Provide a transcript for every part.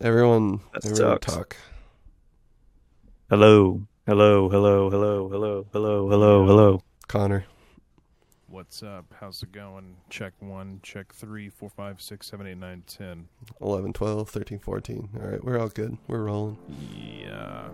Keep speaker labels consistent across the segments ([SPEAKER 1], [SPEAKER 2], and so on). [SPEAKER 1] Everyone,
[SPEAKER 2] That
[SPEAKER 1] everyone
[SPEAKER 2] sucks.
[SPEAKER 1] talk.
[SPEAKER 2] Hello, hello, hello, hello, hello, hello, hello, hello.
[SPEAKER 1] Connor,
[SPEAKER 3] What's up? How's it going? Check one, check three, four, five, six, seven, eight, nine, ten.
[SPEAKER 1] 11, 12, 13, 14. All right, we're all good. We're rolling.
[SPEAKER 3] Yeah.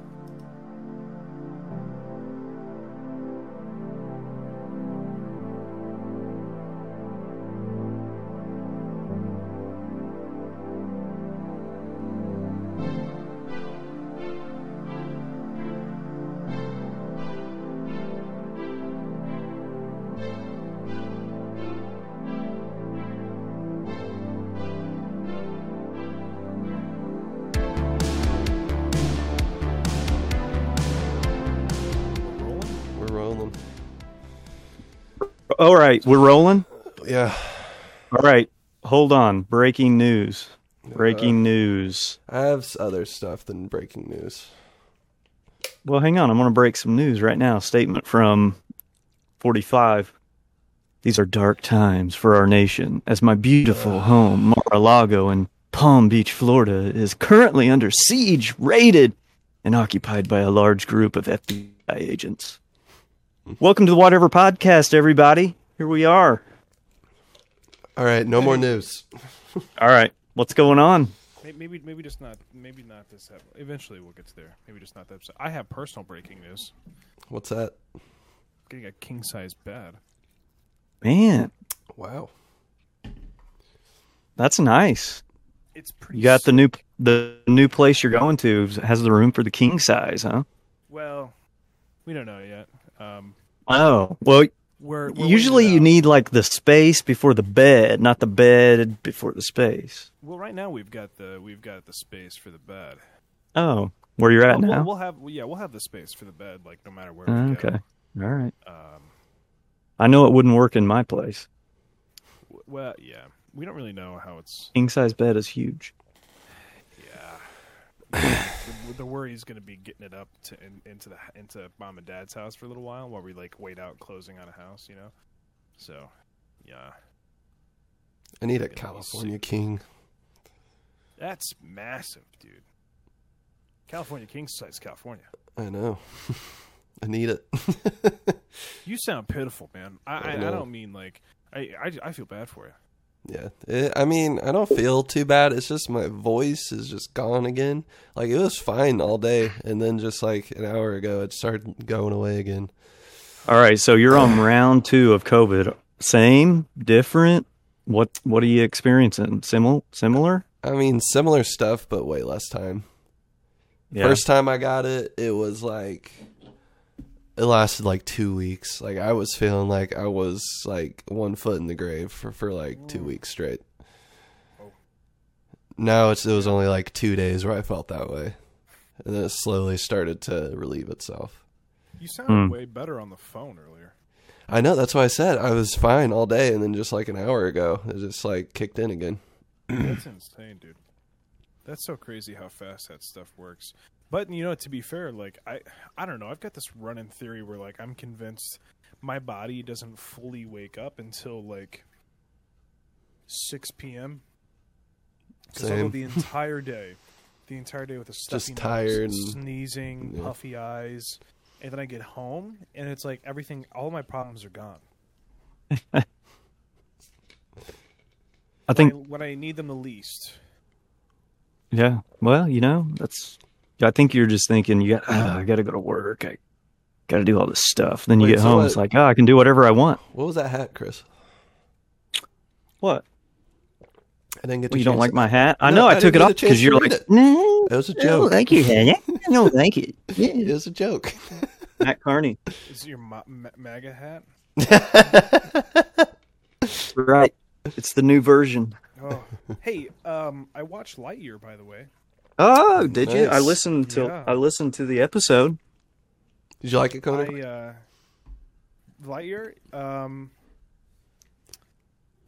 [SPEAKER 1] We're rolling.
[SPEAKER 2] All right, we're rolling.
[SPEAKER 1] Yeah.
[SPEAKER 2] All right, hold on. Breaking news. Breaking news.
[SPEAKER 1] I have s- other stuff than breaking news.
[SPEAKER 2] Well, hang on. I'm going to break some news right now. Statement from 45. These are dark times for our nation as my beautiful home, Mar-a-Lago in Palm Beach, Florida, is currently under siege, raided, and occupied by a large group of FBI agents. Welcome to the Whatever Podcast, everybody. Here we are.
[SPEAKER 1] All right, no more news.
[SPEAKER 2] All right. What's going on?
[SPEAKER 3] Maybe, maybe just not. Maybe not this. Episode. Eventually, we'll get to there. Maybe just not that. Episode. I have personal breaking news.
[SPEAKER 1] What's that?
[SPEAKER 3] Getting a king size bed.
[SPEAKER 2] Man,
[SPEAKER 1] Wow.
[SPEAKER 2] that's nice.
[SPEAKER 3] It's pretty.
[SPEAKER 2] You got the
[SPEAKER 3] s-
[SPEAKER 2] new the new place you're going to has the room for the king size, huh?
[SPEAKER 3] well. We don't know yet. Um,
[SPEAKER 2] Oh, well,
[SPEAKER 3] we're, we're
[SPEAKER 2] usually
[SPEAKER 3] waiting it
[SPEAKER 2] you
[SPEAKER 3] out.
[SPEAKER 2] need like the space before the bed, not the bed before the space.
[SPEAKER 3] Well, right now we've got the we've got the space for the bed.
[SPEAKER 2] Oh, where you're at
[SPEAKER 3] we'll,
[SPEAKER 2] now?
[SPEAKER 3] we'll have yeah we'll have the space for the bed like no matter where.
[SPEAKER 2] Oh,
[SPEAKER 3] We go.
[SPEAKER 2] okay. All right.
[SPEAKER 3] Um,
[SPEAKER 2] I know it wouldn't work in my place.
[SPEAKER 3] w- well, yeah. We don't really know how it's.
[SPEAKER 2] King size bed is huge.
[SPEAKER 3] Yeah. the, the worry is going to be getting it up to in, into the into mom and dad's house for a little while while we like wait out closing on a house, you know. So, yeah,
[SPEAKER 1] I need a
[SPEAKER 3] we'll
[SPEAKER 1] California king.
[SPEAKER 3] that's massive, dude. California king size California.
[SPEAKER 1] I know. I need it.
[SPEAKER 3] You sound pitiful, man. I I,
[SPEAKER 1] I
[SPEAKER 3] I,
[SPEAKER 1] know.
[SPEAKER 3] don't mean like I, I I feel bad for you.
[SPEAKER 1] yeah. It, I mean, I don't feel too bad. It's just my voice is just gone again. Like, it was fine all day. And then just like an hour ago, it started going away again.
[SPEAKER 2] All right, so you're on round two of COVID. Same, different. What what are you experiencing? Similar? Similar?
[SPEAKER 1] I mean, similar stuff, but way less time.
[SPEAKER 2] Yeah.
[SPEAKER 1] First time I got it, it was like it lasted like two weeks. Like I was feeling like I was like one foot in the grave for, for like two weeks straight.
[SPEAKER 3] Oh.
[SPEAKER 1] Now it's it was only like two days where I felt that way. And then it slowly started to relieve itself.
[SPEAKER 3] You sound
[SPEAKER 2] Hmm.
[SPEAKER 3] way better on the phone earlier.
[SPEAKER 1] I know, that's why I said I was fine all day and then just like an hour ago it just like kicked in again.
[SPEAKER 3] That's insane, dude. That's so crazy how fast that stuff works. But you know, to be fair, like I, I don't know. I've got this running theory where like I'm convinced my body doesn't fully wake up until like six p.m. So I go
[SPEAKER 1] Same.
[SPEAKER 3] the entire day, the entire day with a stuffy
[SPEAKER 1] Just
[SPEAKER 3] nose,
[SPEAKER 1] tired and-
[SPEAKER 3] sneezing,
[SPEAKER 1] yeah.
[SPEAKER 3] puffy eyes, and then I get home and it's like everything, all my problems are gone.
[SPEAKER 2] I think
[SPEAKER 3] when I need them the least.
[SPEAKER 2] Yeah. Well, you know, that's. I think you're just thinking you got. Oh, I got to go to work. I got to do all this stuff. Then you
[SPEAKER 1] Wait,
[SPEAKER 2] get
[SPEAKER 1] so
[SPEAKER 2] home.
[SPEAKER 1] what-
[SPEAKER 2] It's like, oh, I can do whatever I want.
[SPEAKER 1] What was that hat, Chris?
[SPEAKER 2] What?
[SPEAKER 1] I didn't get to
[SPEAKER 2] you don't
[SPEAKER 1] chance
[SPEAKER 2] like
[SPEAKER 1] it.
[SPEAKER 2] my hat? I
[SPEAKER 1] No,
[SPEAKER 2] know.
[SPEAKER 1] I
[SPEAKER 2] I, took
[SPEAKER 1] didn't
[SPEAKER 2] it
[SPEAKER 1] get a
[SPEAKER 2] off
[SPEAKER 1] chance
[SPEAKER 2] because
[SPEAKER 1] to
[SPEAKER 2] you're
[SPEAKER 1] read
[SPEAKER 2] like,
[SPEAKER 1] it.
[SPEAKER 2] no,
[SPEAKER 1] That was a
[SPEAKER 2] I don't
[SPEAKER 1] joke.
[SPEAKER 2] like your hat. I don't like it.
[SPEAKER 1] It
[SPEAKER 2] Yeah.
[SPEAKER 1] was a joke.
[SPEAKER 2] Matt Carney.
[SPEAKER 3] Is it your ma- ma- MAGA hat?
[SPEAKER 2] Right. It's the new version.
[SPEAKER 3] Oh, hey, um, I watched Lightyear, by the way.
[SPEAKER 2] Oh, did you? I
[SPEAKER 1] Nice.
[SPEAKER 2] listened to.
[SPEAKER 3] Yeah.
[SPEAKER 2] I listened to the episode.
[SPEAKER 1] Did you like it,
[SPEAKER 3] I
[SPEAKER 1] Connor?
[SPEAKER 3] uh, Lightyear. Um,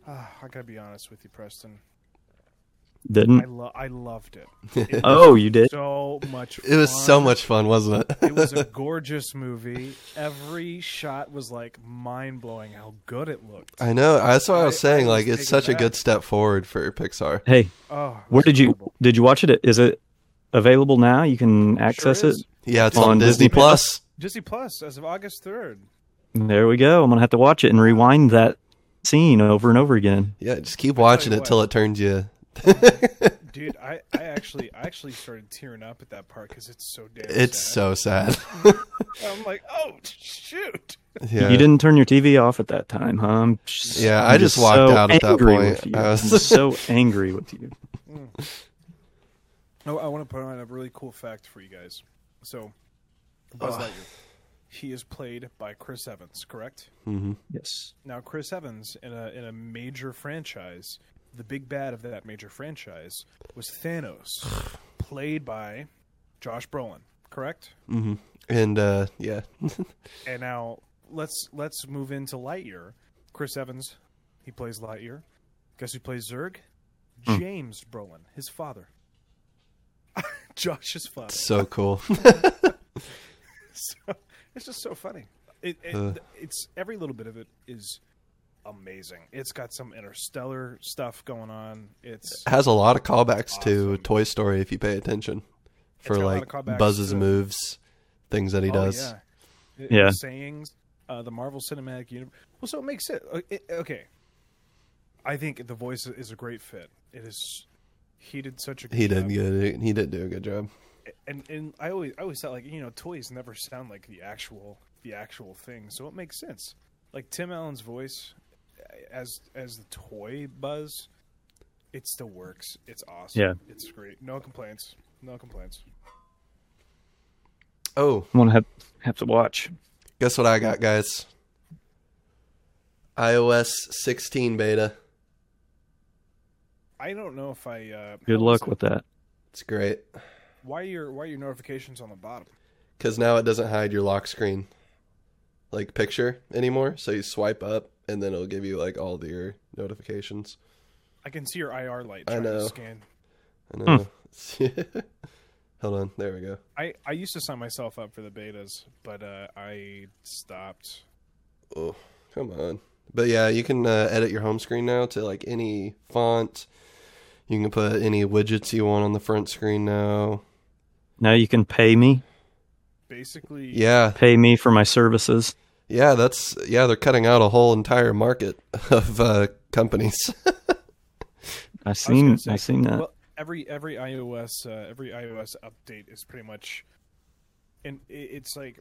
[SPEAKER 3] ah, I gotta be honest with you, Preston. I,
[SPEAKER 2] Didn't?
[SPEAKER 3] lo- I loved it. It was
[SPEAKER 2] Oh, you did?
[SPEAKER 3] so much.
[SPEAKER 1] It was so
[SPEAKER 3] fun.
[SPEAKER 1] much fun, wasn't it?
[SPEAKER 3] It was a gorgeous movie. Every shot was like mind blowing. How good it looked.
[SPEAKER 1] I know. That's what I was
[SPEAKER 3] I-
[SPEAKER 1] saying.
[SPEAKER 3] I was
[SPEAKER 1] like, it's
[SPEAKER 3] taken
[SPEAKER 1] such a
[SPEAKER 3] back.
[SPEAKER 1] good step forward for Pixar.
[SPEAKER 2] Hey,
[SPEAKER 3] Oh, it
[SPEAKER 2] where
[SPEAKER 3] was
[SPEAKER 2] did you
[SPEAKER 3] incredible.
[SPEAKER 2] did you watch it? Is it available now? You can access
[SPEAKER 3] Sure
[SPEAKER 2] it.
[SPEAKER 3] is.
[SPEAKER 1] Yeah, it's
[SPEAKER 2] On
[SPEAKER 1] on, Disney,
[SPEAKER 2] Disney
[SPEAKER 1] Plus.
[SPEAKER 3] Disney Plus as of August third.
[SPEAKER 2] There we go. I'm gonna have to watch it and rewind that scene over and over again.
[SPEAKER 1] Yeah, just keep watching
[SPEAKER 3] you
[SPEAKER 1] it
[SPEAKER 3] what.
[SPEAKER 1] till it turns you.
[SPEAKER 3] Dude, I, I actually I actually started tearing up at that part because it's so damn.
[SPEAKER 1] It's
[SPEAKER 3] sad.
[SPEAKER 1] so sad.
[SPEAKER 3] I'm like, oh shoot.
[SPEAKER 1] yeah.
[SPEAKER 2] You didn't turn your TV off at that time, huh? I'm just,
[SPEAKER 1] Yeah, I
[SPEAKER 2] I'm
[SPEAKER 1] just walked
[SPEAKER 2] so
[SPEAKER 1] out at that
[SPEAKER 2] angry
[SPEAKER 1] point.
[SPEAKER 2] with you.
[SPEAKER 1] I was-
[SPEAKER 2] I'm so angry with you.
[SPEAKER 3] Oh, I want to put on a really cool fact for you guys. So, Buzz
[SPEAKER 1] Ugh.
[SPEAKER 3] Lightyear, he is played by Chris Evans, correct?
[SPEAKER 1] hmm
[SPEAKER 2] Yes.
[SPEAKER 3] Now, Chris Evans in a in a major franchise, the big bad of that major franchise was Thanos, played by Josh Brolin, correct?
[SPEAKER 1] hmm And uh, yeah,
[SPEAKER 3] And now let's let's move into Lightyear. Chris Evans, he plays Lightyear. Guess who plays Zurg? James Brolin, his father. Josh's father.
[SPEAKER 1] so cool.
[SPEAKER 3] So, it's just so funny. It, it,
[SPEAKER 1] Uh.
[SPEAKER 3] It's every little bit of it is amazing. It's got some interstellar stuff going on. It's
[SPEAKER 1] has a lot of callbacks to
[SPEAKER 3] Awesome.
[SPEAKER 1] Toy Story if you pay attention for
[SPEAKER 3] got a lot
[SPEAKER 1] like
[SPEAKER 3] of callbacks
[SPEAKER 1] Buzz's
[SPEAKER 3] to-
[SPEAKER 1] moves, things that he
[SPEAKER 3] oh,
[SPEAKER 1] does.
[SPEAKER 3] yeah. It-
[SPEAKER 2] Yeah.
[SPEAKER 3] the sayings, uh, the Marvel Cinematic Universe. Well, so it makes it, uh, it okay. I think the voice is a great fit. It is. He did such a good
[SPEAKER 1] He
[SPEAKER 3] job.
[SPEAKER 1] did good. He did do a good job.
[SPEAKER 3] and and I always I always thought like you know toys never sound like the actual the actual thing, so it makes sense. Like Tim Allen's voice as as the toy Buzz, it still works. It's awesome.
[SPEAKER 2] Yeah.
[SPEAKER 3] it's great. No complaints. No complaints.
[SPEAKER 1] Oh,
[SPEAKER 2] I'm gonna have have to watch.
[SPEAKER 1] guess what I got, guys? iOS 16 beta.
[SPEAKER 3] I don't know if I. Uh,
[SPEAKER 2] Good
[SPEAKER 3] how
[SPEAKER 2] luck
[SPEAKER 3] is it-
[SPEAKER 2] with that.
[SPEAKER 1] It's great
[SPEAKER 3] Why are your why are your notifications on the bottom?
[SPEAKER 1] because now it doesn't hide your lock screen, like picture anymore. So you swipe up and then it'll give you like all the your notifications.
[SPEAKER 3] I can see your IR light
[SPEAKER 1] I
[SPEAKER 3] trying
[SPEAKER 1] know.
[SPEAKER 3] to scan.
[SPEAKER 1] I know. Hold on. There we go.
[SPEAKER 3] I, I used to sign myself up for the betas, but uh, I stopped.
[SPEAKER 1] Oh, come on. But yeah, you can uh, edit your home screen now to like any font. You can put any widgets you want on the front screen now.
[SPEAKER 2] Now you can pay me.
[SPEAKER 3] Basically,
[SPEAKER 1] Yeah,
[SPEAKER 2] Pay me for my services.
[SPEAKER 1] yeah, that's yeah. They're cutting out a whole entire market of uh, companies.
[SPEAKER 2] I
[SPEAKER 3] I was
[SPEAKER 2] seen
[SPEAKER 3] gonna say,
[SPEAKER 2] I seen that.
[SPEAKER 3] Well, every every iOS uh, every iOS update is pretty much, and i- it's like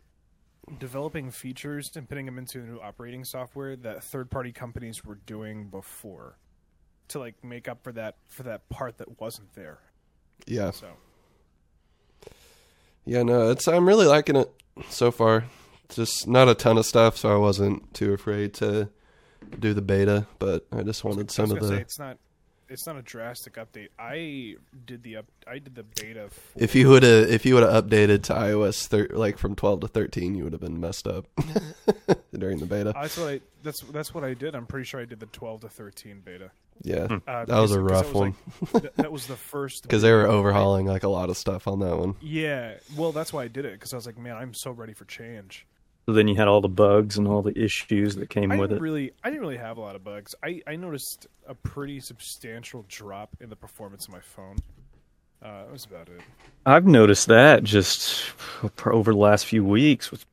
[SPEAKER 3] developing features and putting them into the new operating software that third party companies were doing before, to like make up for that for that part that wasn't there.
[SPEAKER 1] yeah,
[SPEAKER 3] So
[SPEAKER 1] yeah. No, it's I'm really liking it so far. Just not a ton of stuff, so I wasn't too afraid to do the beta. But I just wanted
[SPEAKER 3] I was
[SPEAKER 1] some of
[SPEAKER 3] gonna
[SPEAKER 1] the.
[SPEAKER 3] say, it's not it's not a drastic update. I did the up I did the beta. For,
[SPEAKER 1] If you would have, if you would have updated to iOS thir- like from 12 to 13, you would have been messed up during the beta.
[SPEAKER 3] oh, that's what I that's that's what I did. I'm pretty sure I did the 12 to 13 beta.
[SPEAKER 1] Yeah,
[SPEAKER 3] Uh,
[SPEAKER 1] that was
[SPEAKER 3] because-
[SPEAKER 1] a
[SPEAKER 3] because
[SPEAKER 1] rough
[SPEAKER 3] that was,
[SPEAKER 1] one
[SPEAKER 3] like, th- that was the first
[SPEAKER 1] because they were overhauling like a lot of stuff on that one.
[SPEAKER 3] Yeah, well, that's why I did it because I was like, man, I'm so ready for change.
[SPEAKER 2] So then you had all the bugs and all the issues that came
[SPEAKER 3] I
[SPEAKER 2] with
[SPEAKER 3] didn't
[SPEAKER 2] it.
[SPEAKER 3] really, I didn't really have a lot of bugs. I, I noticed a pretty substantial drop in the performance of my phone. Uh, that was about it.
[SPEAKER 2] I've noticed that just over the last few weeks with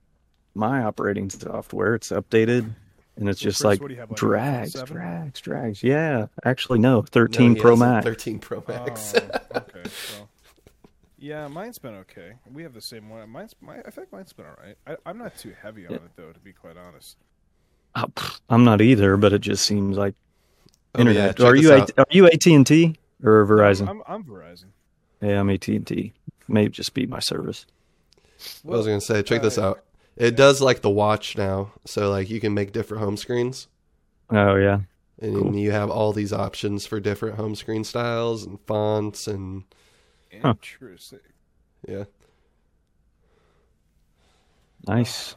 [SPEAKER 2] my operating software. It's updated and it's just
[SPEAKER 3] Chris,
[SPEAKER 2] like,
[SPEAKER 3] what do you have, like,
[SPEAKER 2] drags,
[SPEAKER 3] 7?
[SPEAKER 2] drags, drags. Yeah, actually, no, 13
[SPEAKER 1] No, he
[SPEAKER 2] Pro
[SPEAKER 1] has a
[SPEAKER 2] Max.
[SPEAKER 1] 13 Pro Max.
[SPEAKER 3] Oh, okay. So, yeah, mine's been okay. We have the same one. Mine's, my, I think mine's been all right. I, I'm not too heavy on it though, to be quite honest.
[SPEAKER 2] Oh, pff, I'm not either, but it just seems like
[SPEAKER 1] Oh, yeah,
[SPEAKER 2] internet.
[SPEAKER 1] check
[SPEAKER 2] are you
[SPEAKER 1] this out.
[SPEAKER 2] AT- are you AT and T or
[SPEAKER 1] Hmm.
[SPEAKER 2] Verizon?
[SPEAKER 3] I'm, I'm Verizon.
[SPEAKER 2] yeah, I'm AT and T. May just be my service.
[SPEAKER 1] I was gonna say, check this
[SPEAKER 3] uh,
[SPEAKER 1] out. It does like the watch now, so like you can make different home screens,
[SPEAKER 2] Oh yeah,
[SPEAKER 1] and
[SPEAKER 2] Cool.
[SPEAKER 1] you have all these options for different home screen styles and fonts, and
[SPEAKER 2] Huh.
[SPEAKER 3] Interesting.
[SPEAKER 1] yeah,
[SPEAKER 2] nice.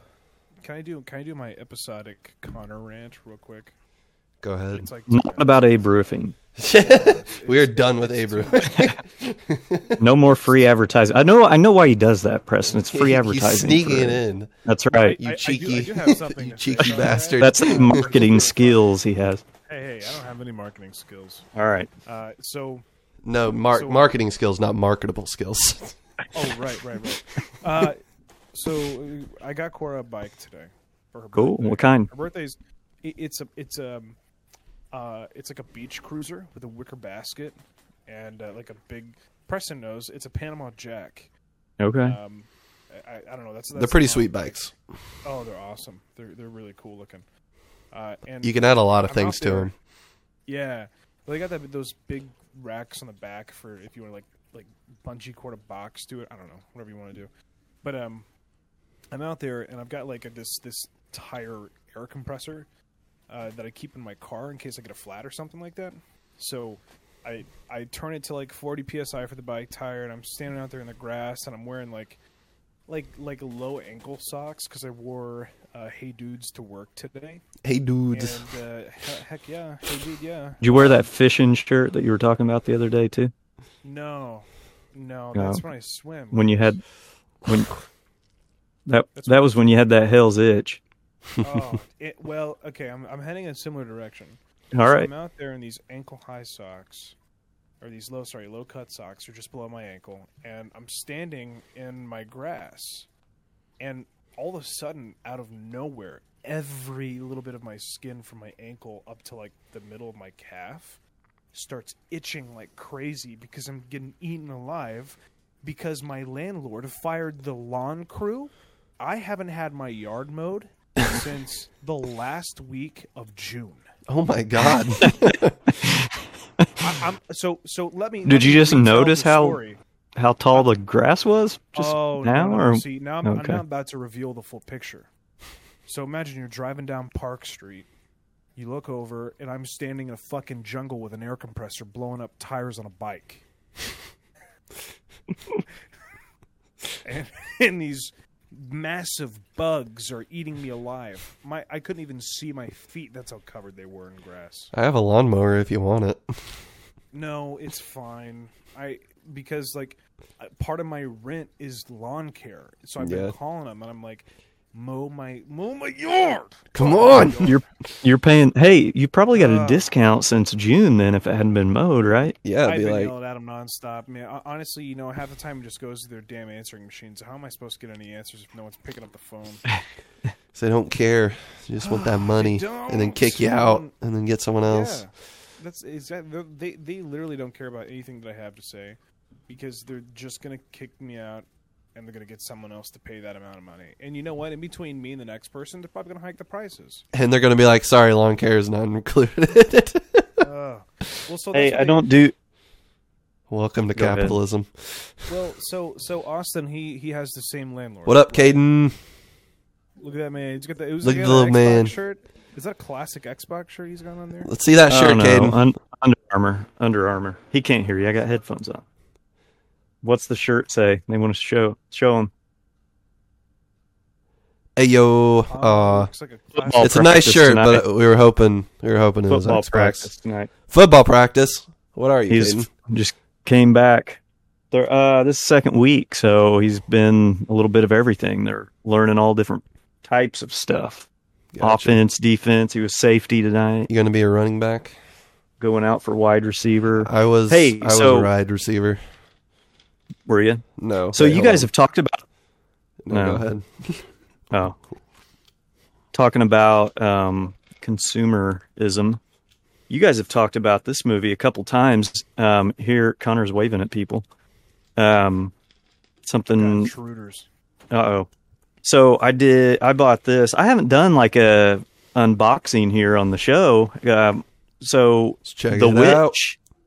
[SPEAKER 3] Can I do? Can I do my episodic Connor rant real quick?
[SPEAKER 1] Go ahead.
[SPEAKER 3] It's like
[SPEAKER 2] Not about Abe Roofing.
[SPEAKER 1] we are done with Abram.
[SPEAKER 2] No more free advertising. I know. I know why he does that, Preston. It's free advertising.
[SPEAKER 1] He's sneaking
[SPEAKER 2] for-
[SPEAKER 1] in.
[SPEAKER 2] That's right.
[SPEAKER 1] You
[SPEAKER 3] I- I do- I
[SPEAKER 1] cheeky,
[SPEAKER 3] do have something
[SPEAKER 1] you
[SPEAKER 3] to say
[SPEAKER 1] cheeky
[SPEAKER 3] about that.
[SPEAKER 1] bastard.
[SPEAKER 2] That's the marketing skills he has.
[SPEAKER 3] hey, hey, I don't have any marketing skills.
[SPEAKER 2] All right.
[SPEAKER 3] Uh, so
[SPEAKER 1] no mar-
[SPEAKER 3] So-
[SPEAKER 1] marketing skills, not marketable skills.
[SPEAKER 3] oh right, right, right. Uh, so uh, I got Cora a bike today for her
[SPEAKER 2] Cool.
[SPEAKER 3] birthday.
[SPEAKER 2] What kind?
[SPEAKER 3] Her birthday's it, it's a it's um uh it's like a beach cruiser with a wicker basket and uh, like a big Preston knows it's a Panama Jack.
[SPEAKER 2] Okay.
[SPEAKER 3] Um, I, I- I don't know. That's, that's
[SPEAKER 1] Hmm. They're pretty
[SPEAKER 3] the-
[SPEAKER 1] sweet bikes.
[SPEAKER 3] Oh, they're awesome. They're they're really cool looking. Uh, and
[SPEAKER 1] You can add a lot of
[SPEAKER 3] I'm
[SPEAKER 1] things
[SPEAKER 3] out
[SPEAKER 1] to
[SPEAKER 3] there.
[SPEAKER 1] them.
[SPEAKER 3] yeah, well, they got that those big racks on the back for if you want to like like bungee cord a box to it. I don't know, whatever you want to do. But um, I'm out there and I've got like a, this this tire air compressor uh, that I keep in my car in case I get a flat or something like that. So I I turn it to like 40 psi for the bike tire, and I'm standing out there in the grass, and I'm wearing like like like low ankle socks because I wore uh, Hey Dudes to work today.
[SPEAKER 1] Hey,
[SPEAKER 3] And
[SPEAKER 1] dudes.
[SPEAKER 3] uh, he- heck yeah, Hey Dude, yeah.
[SPEAKER 2] Did you wear that fishing shirt that you were talking about the other day too?
[SPEAKER 3] No, no,
[SPEAKER 2] No.
[SPEAKER 3] that's when I swim.
[SPEAKER 2] When you had when that
[SPEAKER 3] That's-
[SPEAKER 2] that was when you had that hell's itch.
[SPEAKER 3] oh, it, well, okay, I'm I'm heading in a similar direction.
[SPEAKER 2] All
[SPEAKER 3] So
[SPEAKER 2] right.
[SPEAKER 3] I'm out there in these ankle high socks, or these low, sorry, low cut socks, are just below my ankle, and I'm standing in my grass, and all of a sudden, out of nowhere, every little bit of my skin from my ankle up to like the middle of my calf starts itching like crazy because I'm getting eaten alive because my landlord fired the lawn crew. I haven't had my yard mowed since the last week of June.
[SPEAKER 1] Oh my god.
[SPEAKER 3] I, I'm so so. Let me.
[SPEAKER 2] Did
[SPEAKER 3] let
[SPEAKER 2] you
[SPEAKER 3] me
[SPEAKER 2] just
[SPEAKER 3] retell
[SPEAKER 2] notice
[SPEAKER 3] the
[SPEAKER 2] how-
[SPEAKER 3] story.
[SPEAKER 2] How tall the grass was just
[SPEAKER 3] oh, no,
[SPEAKER 2] now
[SPEAKER 3] no,
[SPEAKER 2] or
[SPEAKER 3] see now I'm, I'm
[SPEAKER 2] okay.
[SPEAKER 3] now about to reveal the full picture. So imagine you're driving down Park Street. You look over, and I'm standing in a fucking jungle with an air compressor blowing up tires on a bike. and, and these massive bugs are eating me alive. My I couldn't even see my feet. That's how covered they were in grass.
[SPEAKER 1] I have a lawnmower if you want it.
[SPEAKER 3] No, it's fine. I because like uh, part of my rent is lawn care, so I've
[SPEAKER 1] Yeah.
[SPEAKER 3] been calling them, and I'm like, mow my mow my yard.
[SPEAKER 1] Come on.
[SPEAKER 2] you're you're paying hey, you probably got a
[SPEAKER 3] Uh,
[SPEAKER 2] discount since June then if it hadn't been mowed, right?
[SPEAKER 1] Yeah,
[SPEAKER 3] I've
[SPEAKER 1] it'd be
[SPEAKER 3] been
[SPEAKER 1] like
[SPEAKER 3] yelling at them nonstop, man. Ho- Honestly, you know, half the time it just goes to their damn answering machines. How am I supposed to get any answers if no one's picking up the phone?
[SPEAKER 1] they don't care. They just want that money and then
[SPEAKER 3] don't.
[SPEAKER 1] kick you out and then get someone else.
[SPEAKER 3] Yeah, that's exactly. They they literally don't care about anything that I have to say, because they're just gonna kick me out, and they're gonna get someone else to pay that amount of money. And you know what? In between me and the next person, they're probably gonna hike the prices.
[SPEAKER 1] And they're going to be like, "Sorry, lawn care is not included."
[SPEAKER 3] Ugh. well, so
[SPEAKER 2] Hey,
[SPEAKER 3] that's
[SPEAKER 2] I
[SPEAKER 3] what
[SPEAKER 2] don't do
[SPEAKER 1] Welcome to
[SPEAKER 2] Go ahead.
[SPEAKER 1] capitalism.
[SPEAKER 3] they- Well, so so Austin, he he has the same landlord.
[SPEAKER 1] What up, Caden?
[SPEAKER 3] Look at that man. He's got the. It was
[SPEAKER 1] Look
[SPEAKER 3] like
[SPEAKER 1] at the little
[SPEAKER 3] Xbox
[SPEAKER 1] man. Uh,
[SPEAKER 3] shirt. Is that a classic Xbox shirt he's got on there?
[SPEAKER 1] Let's see that
[SPEAKER 2] I
[SPEAKER 1] shirt,
[SPEAKER 2] don't know.
[SPEAKER 1] Caden.
[SPEAKER 2] Un- Under Armour. Under Armour. He can't hear you. I got headphones on. What's the shirt say? They want to show show him.
[SPEAKER 1] Hey yo,
[SPEAKER 3] Oh,
[SPEAKER 1] uh,
[SPEAKER 3] looks like a
[SPEAKER 2] Football
[SPEAKER 3] classic.
[SPEAKER 1] it's a nice
[SPEAKER 2] practice
[SPEAKER 1] shirt,
[SPEAKER 2] tonight.
[SPEAKER 1] but we were hoping we were hoping it
[SPEAKER 2] Football
[SPEAKER 1] was Xbox. Practice.
[SPEAKER 2] practice tonight.
[SPEAKER 1] Football practice. What are you,
[SPEAKER 2] He's
[SPEAKER 1] Caden?
[SPEAKER 2] just came back. They're, uh, this is second week, so he's been a little bit of everything. They're learning all different types of stuff:
[SPEAKER 1] Gotcha.
[SPEAKER 2] offense, defense. He was safety tonight,
[SPEAKER 1] You going to be a running back?
[SPEAKER 2] going out for wide receiver.
[SPEAKER 3] Uh,
[SPEAKER 1] I was.
[SPEAKER 2] Hey,
[SPEAKER 1] I was
[SPEAKER 2] so-
[SPEAKER 1] a ride receiver.
[SPEAKER 2] Were you?
[SPEAKER 1] No.
[SPEAKER 2] So
[SPEAKER 1] wait,
[SPEAKER 2] you
[SPEAKER 1] hold
[SPEAKER 2] guys
[SPEAKER 1] on.
[SPEAKER 2] have talked about
[SPEAKER 1] No,
[SPEAKER 2] no.
[SPEAKER 1] Go ahead.
[SPEAKER 2] oh, talking about um, consumerism. You guys have talked about this movie a couple times. Um, here, Connor's waving at people. Um, something
[SPEAKER 3] Intruders.
[SPEAKER 2] Uh oh. So I did. I bought this. I haven't done like a unboxing here on the show. Um, so
[SPEAKER 1] Let's check
[SPEAKER 2] the
[SPEAKER 1] it
[SPEAKER 2] witch,
[SPEAKER 1] out.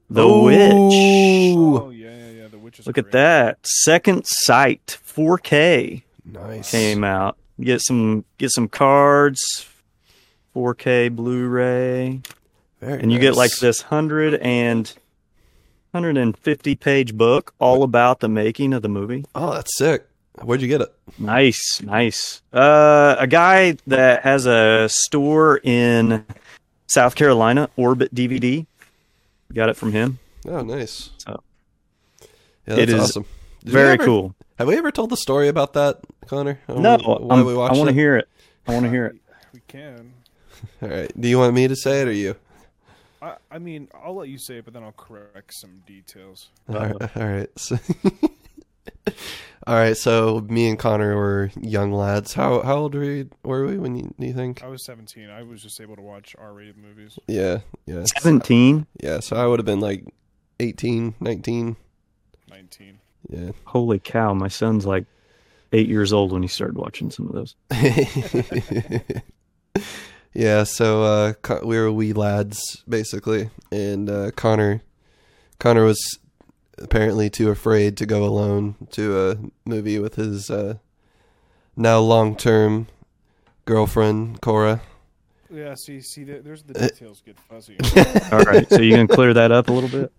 [SPEAKER 2] the witch.
[SPEAKER 1] Ooh.
[SPEAKER 3] Oh yeah, yeah, yeah. The witch is
[SPEAKER 2] Look at
[SPEAKER 3] great.
[SPEAKER 2] that. Second sight 4K
[SPEAKER 1] Nice.
[SPEAKER 2] came out. Get some get some cards. 4K Blu-ray,
[SPEAKER 1] Very
[SPEAKER 2] and you get like
[SPEAKER 1] nice.
[SPEAKER 2] this hundred and hundred and fifty page book all about the making of the movie.
[SPEAKER 1] Oh, that's sick. Where'd you get it?
[SPEAKER 2] Nice, nice. Uh, a guy that has a store in South Carolina Orbit DVD. Got it from him.
[SPEAKER 1] Oh, nice.
[SPEAKER 2] So-
[SPEAKER 1] yeah, that's
[SPEAKER 2] It is
[SPEAKER 1] awesome. Did we
[SPEAKER 2] Very
[SPEAKER 1] ever-
[SPEAKER 2] cool.
[SPEAKER 1] Have we ever told the story about that, Connor? I
[SPEAKER 2] No,
[SPEAKER 1] don't know why
[SPEAKER 2] I'm-
[SPEAKER 1] we
[SPEAKER 2] I
[SPEAKER 1] watched
[SPEAKER 2] want to
[SPEAKER 1] it?
[SPEAKER 2] hear it. I want to hear it.
[SPEAKER 3] We can.
[SPEAKER 1] All right. Do you want me to say it or you?
[SPEAKER 3] I, I mean, I'll let you say it, but then I'll correct some details.
[SPEAKER 2] Uh-huh.
[SPEAKER 1] All right. All right. So, all right. So me and Connor were young lads. How how old were we, were we when you, do you think?
[SPEAKER 3] I was 17. I was just able to watch R-rated movies.
[SPEAKER 1] Yeah. Yeah.
[SPEAKER 2] Seventeen.
[SPEAKER 1] Yeah. So I would have been like 18, 19.
[SPEAKER 3] 19.
[SPEAKER 1] Yeah.
[SPEAKER 2] Holy cow! My son's like eight years old when he started watching some of those.
[SPEAKER 1] yeah, so uh, Con- we were wee lads basically, and uh, Connor, Connor was apparently too afraid to go alone to a movie with his uh, now long-term girlfriend Cora.
[SPEAKER 3] Yeah, see, see, there- there's the
[SPEAKER 1] Uh,
[SPEAKER 3] details get fuzzy.
[SPEAKER 2] All right, so you gonna clear that up a little bit?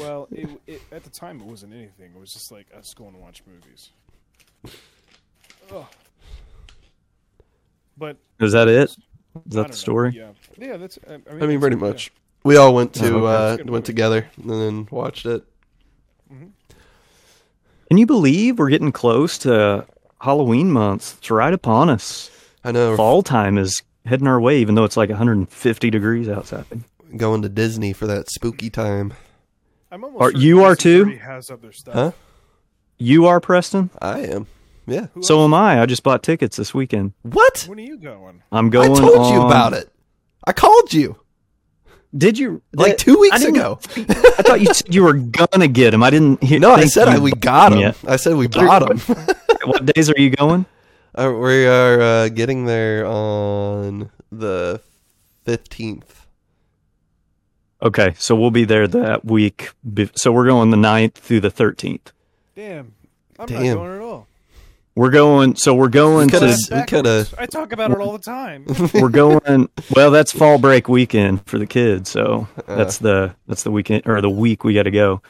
[SPEAKER 3] well, it, it, at the time, it wasn't anything. It was just like us going to watch movies. Ugh. But
[SPEAKER 2] Is that it? Is
[SPEAKER 3] I
[SPEAKER 2] that
[SPEAKER 3] don't
[SPEAKER 2] the story?
[SPEAKER 3] Know. Yeah, yeah, that's. uh, I mean,
[SPEAKER 1] I mean,
[SPEAKER 3] that's-
[SPEAKER 1] pretty
[SPEAKER 3] yeah.
[SPEAKER 1] much. We all went to
[SPEAKER 2] Oh,
[SPEAKER 1] uh,
[SPEAKER 2] okay.
[SPEAKER 3] That's a good
[SPEAKER 1] went
[SPEAKER 3] movie.
[SPEAKER 1] together and then watched it.
[SPEAKER 2] Can you believe we're getting close to Halloween month? It's right upon us.
[SPEAKER 1] I know we're
[SPEAKER 2] Fall time is heading our way, even though it's like 150 degrees outside.
[SPEAKER 1] going to Disney for that spooky time.
[SPEAKER 3] I'm almost
[SPEAKER 2] Are-
[SPEAKER 3] certain
[SPEAKER 2] you are
[SPEAKER 3] Jason
[SPEAKER 2] too?
[SPEAKER 3] already Has other stuff.
[SPEAKER 1] Huh?
[SPEAKER 2] You are Preston.
[SPEAKER 1] I am. Yeah.
[SPEAKER 3] Who
[SPEAKER 2] So
[SPEAKER 3] else?
[SPEAKER 2] am I. I just bought tickets this weekend.
[SPEAKER 1] What?
[SPEAKER 3] When are you going?
[SPEAKER 2] I'm going.
[SPEAKER 1] I told you
[SPEAKER 2] on-
[SPEAKER 1] about it. I called you.
[SPEAKER 2] Did you
[SPEAKER 1] like
[SPEAKER 2] that-
[SPEAKER 1] two
[SPEAKER 2] I
[SPEAKER 1] weeks
[SPEAKER 2] didn't-
[SPEAKER 1] ago.
[SPEAKER 2] I thought you said you were gonna get him. I didn't. Hear,
[SPEAKER 1] No, I
[SPEAKER 2] think
[SPEAKER 1] said
[SPEAKER 2] you
[SPEAKER 1] I, we got
[SPEAKER 2] him
[SPEAKER 1] him.
[SPEAKER 2] yet.
[SPEAKER 1] I said we bought him.
[SPEAKER 2] What days are you going?
[SPEAKER 1] Uh, we are uh, getting there on the fifteenth.
[SPEAKER 2] Okay, so we'll be there that week. be- So we're going the 9th through the thirteenth.
[SPEAKER 3] Damn, I'm
[SPEAKER 1] Damn.
[SPEAKER 3] not going at all.
[SPEAKER 2] We're going. So we're going
[SPEAKER 1] Coulda-
[SPEAKER 2] to.
[SPEAKER 1] This- we coulda-
[SPEAKER 3] Backwards. I talk about it all the time.
[SPEAKER 2] We're going. Well, that's fall break weekend for the kids. So
[SPEAKER 1] Uh.
[SPEAKER 2] that's the that's the weekend or the week we got to go.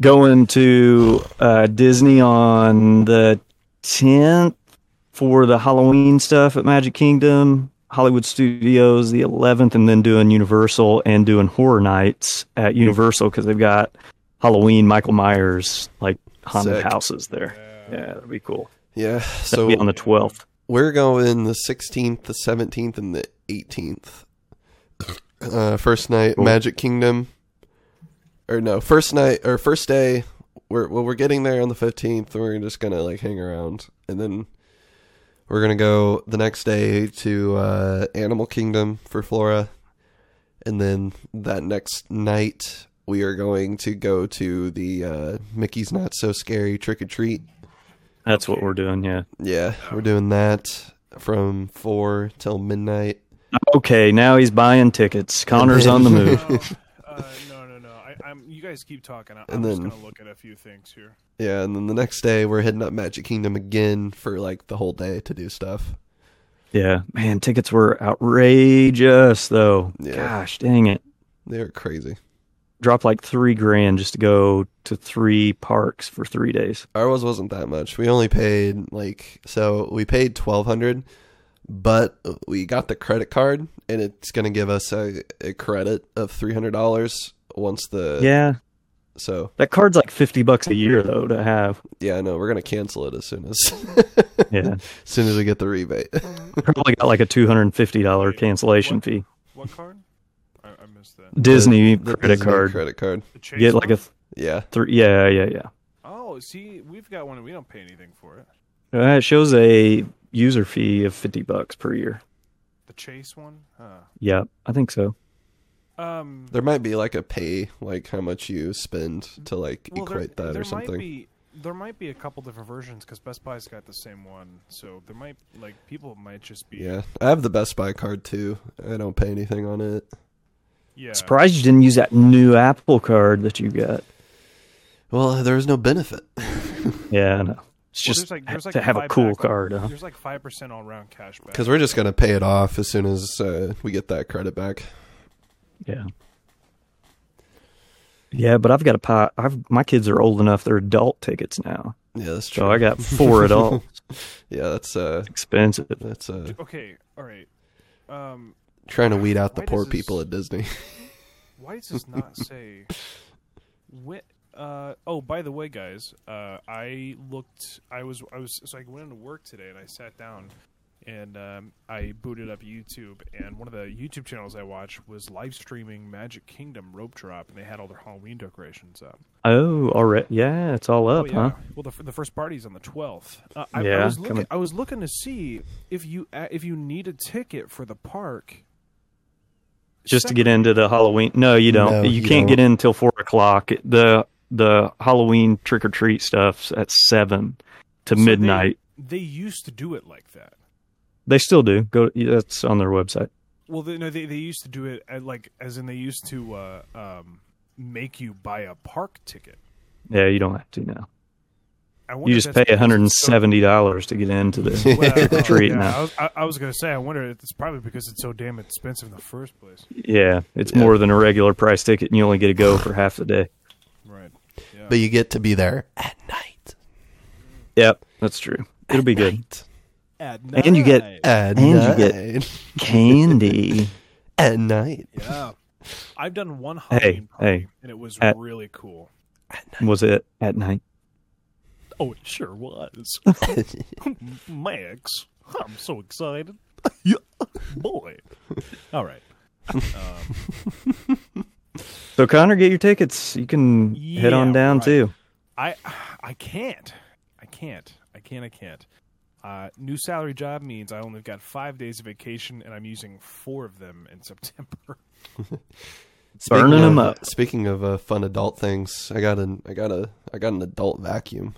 [SPEAKER 2] Going to uh, Disney on the tenth for the Halloween stuff at Magic Kingdom, Hollywood Studios the eleventh, and then doing Universal and doing Horror Nights at Universal because they've got Halloween, Michael Myers, like haunted
[SPEAKER 1] Sick.
[SPEAKER 2] houses there.
[SPEAKER 3] Yeah.
[SPEAKER 2] Yeah, that'd be cool.
[SPEAKER 1] Yeah,
[SPEAKER 2] That'd be on
[SPEAKER 1] so
[SPEAKER 2] the twelfth.
[SPEAKER 1] we're going the sixteenth, the seventeenth, and the eighteenth. Uh, first night,
[SPEAKER 2] Cool.
[SPEAKER 1] Magic Kingdom, or no, first night or first day. We're well, we're getting there on the fifteenth. We're just gonna like hang around, and then we're gonna go the next day to uh, Animal Kingdom for Flora, and then that next night we are going to go to the uh, Mickey's Not So Scary Trick or Treat.
[SPEAKER 2] That's what we're doing. Yeah.
[SPEAKER 1] Yeah, we're doing that from four till midnight.
[SPEAKER 2] Okay, now he's buying tickets. Connor's on the move.
[SPEAKER 3] No, uh, no, no, no. I, I'm. You guys keep talking. I, I'm
[SPEAKER 1] And
[SPEAKER 3] just
[SPEAKER 1] then-
[SPEAKER 3] gonna look at a few things here.
[SPEAKER 1] Yeah, and then the next day we're heading up Magic Kingdom again for like the whole day to do stuff.
[SPEAKER 2] Yeah, man, tickets were outrageous though.
[SPEAKER 1] Yeah.
[SPEAKER 2] Gosh, dang it.
[SPEAKER 1] They're crazy.
[SPEAKER 2] Dropped like 3 grand just to go to 3 parks for 3 days.
[SPEAKER 1] Ours wasn't that much. We only paid like so we paid twelve hundred, but we got the credit card and it's gonna give us a, a credit of three hundred dollars once the
[SPEAKER 2] yeah.
[SPEAKER 1] So
[SPEAKER 2] That card's like 50 bucks a year though to have.
[SPEAKER 1] yeah, I know we're gonna cancel it as soon as
[SPEAKER 2] Yeah.
[SPEAKER 1] as soon as we get the rebate.
[SPEAKER 2] Probably got like a $250 cancellation fee.
[SPEAKER 3] What card? I, I missed that.
[SPEAKER 2] Disney
[SPEAKER 1] The
[SPEAKER 2] credit
[SPEAKER 1] Disney
[SPEAKER 2] card.
[SPEAKER 1] Credit card.
[SPEAKER 3] The
[SPEAKER 2] You
[SPEAKER 3] Chase
[SPEAKER 2] Get like
[SPEAKER 3] one?
[SPEAKER 2] a
[SPEAKER 1] Yeah.
[SPEAKER 2] 3 Yeah, yeah, yeah.
[SPEAKER 3] Oh, see, we've got one and we don't pay anything for it.
[SPEAKER 2] Uh, it shows a user fee of 50 bucks per year.
[SPEAKER 3] The Chase one? Huh.
[SPEAKER 2] Yeah, I think so.
[SPEAKER 3] Um,
[SPEAKER 1] There might be like a pay, like how much you spend to like equate that or something.
[SPEAKER 3] Might be, there might be a couple different versions because Best Buy's got the same one. So there might, like, people might just be.
[SPEAKER 1] Yeah, I have the Best Buy card too. I don't pay anything on it.
[SPEAKER 3] yeah.
[SPEAKER 2] Surprised you didn't use that new Apple card that you got.
[SPEAKER 1] Well, uh, there is no benefit.
[SPEAKER 2] Yeah, I know. It's
[SPEAKER 3] Well,
[SPEAKER 2] just
[SPEAKER 3] there's like- there's like
[SPEAKER 2] to have a
[SPEAKER 3] five
[SPEAKER 2] cool
[SPEAKER 3] back-
[SPEAKER 2] card. Huh?
[SPEAKER 3] There's like 5% all round cash back.
[SPEAKER 1] Because we're just gonna pay it off as soon as uh, we get that credit back.
[SPEAKER 2] Yeah. Yeah, but I've got a pot. I've my kids are old enough; they're adult tickets now,
[SPEAKER 1] Yeah, that's true.
[SPEAKER 2] so I got four adults.
[SPEAKER 1] yeah, that's uh,
[SPEAKER 2] Expensive.
[SPEAKER 1] that's uh,
[SPEAKER 3] Okay, all right. Um,
[SPEAKER 1] Trying to weed out the
[SPEAKER 3] Why
[SPEAKER 1] poor
[SPEAKER 3] does this-
[SPEAKER 1] people at Disney.
[SPEAKER 3] Why does this not say? Wh- uh, oh, by the way, guys, uh, I looked. I was. I was. So I went into work today, and I sat down, and um, I booted up YouTube. And one of the YouTube channels I watched was live streaming Magic Kingdom rope drop, and they had all their Halloween decorations up.
[SPEAKER 2] Oh, already. Yeah, it's all up,
[SPEAKER 3] Oh,
[SPEAKER 2] huh?
[SPEAKER 3] yeah. Well, the, f- the first party's on the twelfth. Uh, I, I
[SPEAKER 2] Yeah,
[SPEAKER 3] was looking.
[SPEAKER 2] coming-
[SPEAKER 3] I was looking to see if you uh, if you need a ticket for the park.
[SPEAKER 2] Just to get into the Halloween. No, you don't.
[SPEAKER 1] No, you
[SPEAKER 2] you,
[SPEAKER 1] don't.
[SPEAKER 2] can't get in until four o'clock. The the Halloween trick or treat stuff's at seven to
[SPEAKER 3] So they-
[SPEAKER 2] midnight.
[SPEAKER 3] They used to do it like that.
[SPEAKER 2] They still do. Go. That's on their website.
[SPEAKER 3] Well, they, no, they they used to do it at, like as in they used to uh, um, make you buy a park ticket.
[SPEAKER 2] Yeah, you don't have to now.
[SPEAKER 3] I wonder
[SPEAKER 2] You
[SPEAKER 3] if
[SPEAKER 2] just
[SPEAKER 3] that's
[SPEAKER 2] pay
[SPEAKER 3] because it's
[SPEAKER 2] one hundred and seventy dollars to get into
[SPEAKER 3] so-
[SPEAKER 2] the.
[SPEAKER 3] Well,
[SPEAKER 2] a treat
[SPEAKER 3] yeah,
[SPEAKER 2] now.
[SPEAKER 3] I was, I, I was gonna say I wonder if it's probably because it's so damn expensive in the first place.
[SPEAKER 2] yeah, it's
[SPEAKER 1] Yeah.
[SPEAKER 2] more than a regular price ticket, and you only get to go for half the day.
[SPEAKER 3] Right. Yeah.
[SPEAKER 1] But you get to be there at night.
[SPEAKER 2] Yep, that's true. It'll be good. And you get- night.
[SPEAKER 1] At
[SPEAKER 2] And you
[SPEAKER 1] night.
[SPEAKER 2] get- Candy.
[SPEAKER 1] at night.
[SPEAKER 3] yeah. I've done one
[SPEAKER 2] Hey,
[SPEAKER 3] Halloween party
[SPEAKER 2] hey.
[SPEAKER 3] and it was
[SPEAKER 2] At-
[SPEAKER 3] really cool.
[SPEAKER 2] was it at night?
[SPEAKER 3] Oh, it sure was. Max, I'm so excited. Boy. All right. Um,
[SPEAKER 2] So Connor, get your tickets. You can head on
[SPEAKER 3] Yeah,
[SPEAKER 2] down
[SPEAKER 3] right.
[SPEAKER 2] too.
[SPEAKER 3] I I can't. I can't. I can't. I can't. Uh, new salary job means I only got five days of vacation, and I'm using four of them in September.
[SPEAKER 1] Speaking
[SPEAKER 2] Burning
[SPEAKER 1] of,
[SPEAKER 2] 'em up.
[SPEAKER 1] Speaking of uh, fun adult things, I got an I got a I got an adult vacuum.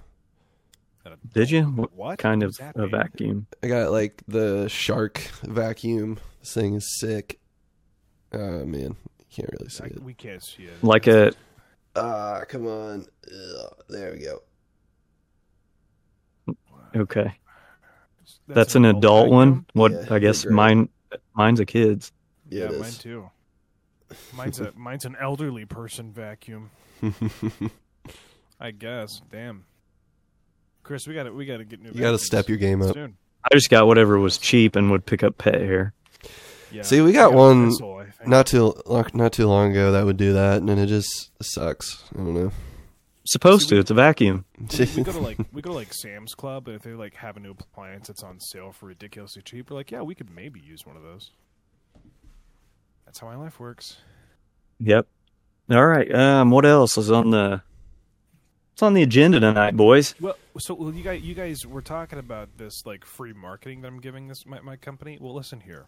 [SPEAKER 2] Did you? What,
[SPEAKER 3] What
[SPEAKER 2] kind
[SPEAKER 3] Does
[SPEAKER 2] of
[SPEAKER 3] that
[SPEAKER 2] a
[SPEAKER 3] mean?
[SPEAKER 2] vacuum?
[SPEAKER 1] I got like the shark vacuum. This thing is sick. Oh man, you can't really see
[SPEAKER 3] I,
[SPEAKER 1] it.
[SPEAKER 3] we can't see it.
[SPEAKER 2] Like a
[SPEAKER 1] Ah, come on. Ugh, there we go.
[SPEAKER 2] okay. That's, an adult, one.
[SPEAKER 3] vacuum?
[SPEAKER 2] What
[SPEAKER 1] Yeah,
[SPEAKER 2] I guess
[SPEAKER 1] you're great.
[SPEAKER 2] mine mine's a kid's.
[SPEAKER 1] Yeah,
[SPEAKER 3] Yeah,
[SPEAKER 1] it
[SPEAKER 3] mine
[SPEAKER 1] is.
[SPEAKER 3] too. Mine's a mine's an elderly person vacuum. I guess. Damn. Chris, we got to we got to get new.
[SPEAKER 1] you got to step your game up.
[SPEAKER 3] soon.
[SPEAKER 2] I just got whatever was cheap and would pick up pet hair.
[SPEAKER 3] Yeah,
[SPEAKER 1] See, we got
[SPEAKER 3] a
[SPEAKER 1] one-
[SPEAKER 3] Bissell, I think.
[SPEAKER 1] Not too lo- not too long ago, that would do that, and then it just sucks. I don't know.
[SPEAKER 2] Supposed
[SPEAKER 3] See, we-
[SPEAKER 2] to. It's a vacuum.
[SPEAKER 3] we go to like we go to like Sam's Club, and if they like have a new appliance that's on sale for ridiculously cheap, we're like, yeah, we could maybe use one of those. That's how my life works.
[SPEAKER 2] Yep. All right. Um. What else is on the? It's on the agenda tonight, boys.
[SPEAKER 3] Well, so well, you guys, you guys were talking about this like free marketing that I'm giving this my, my company. Well, listen here,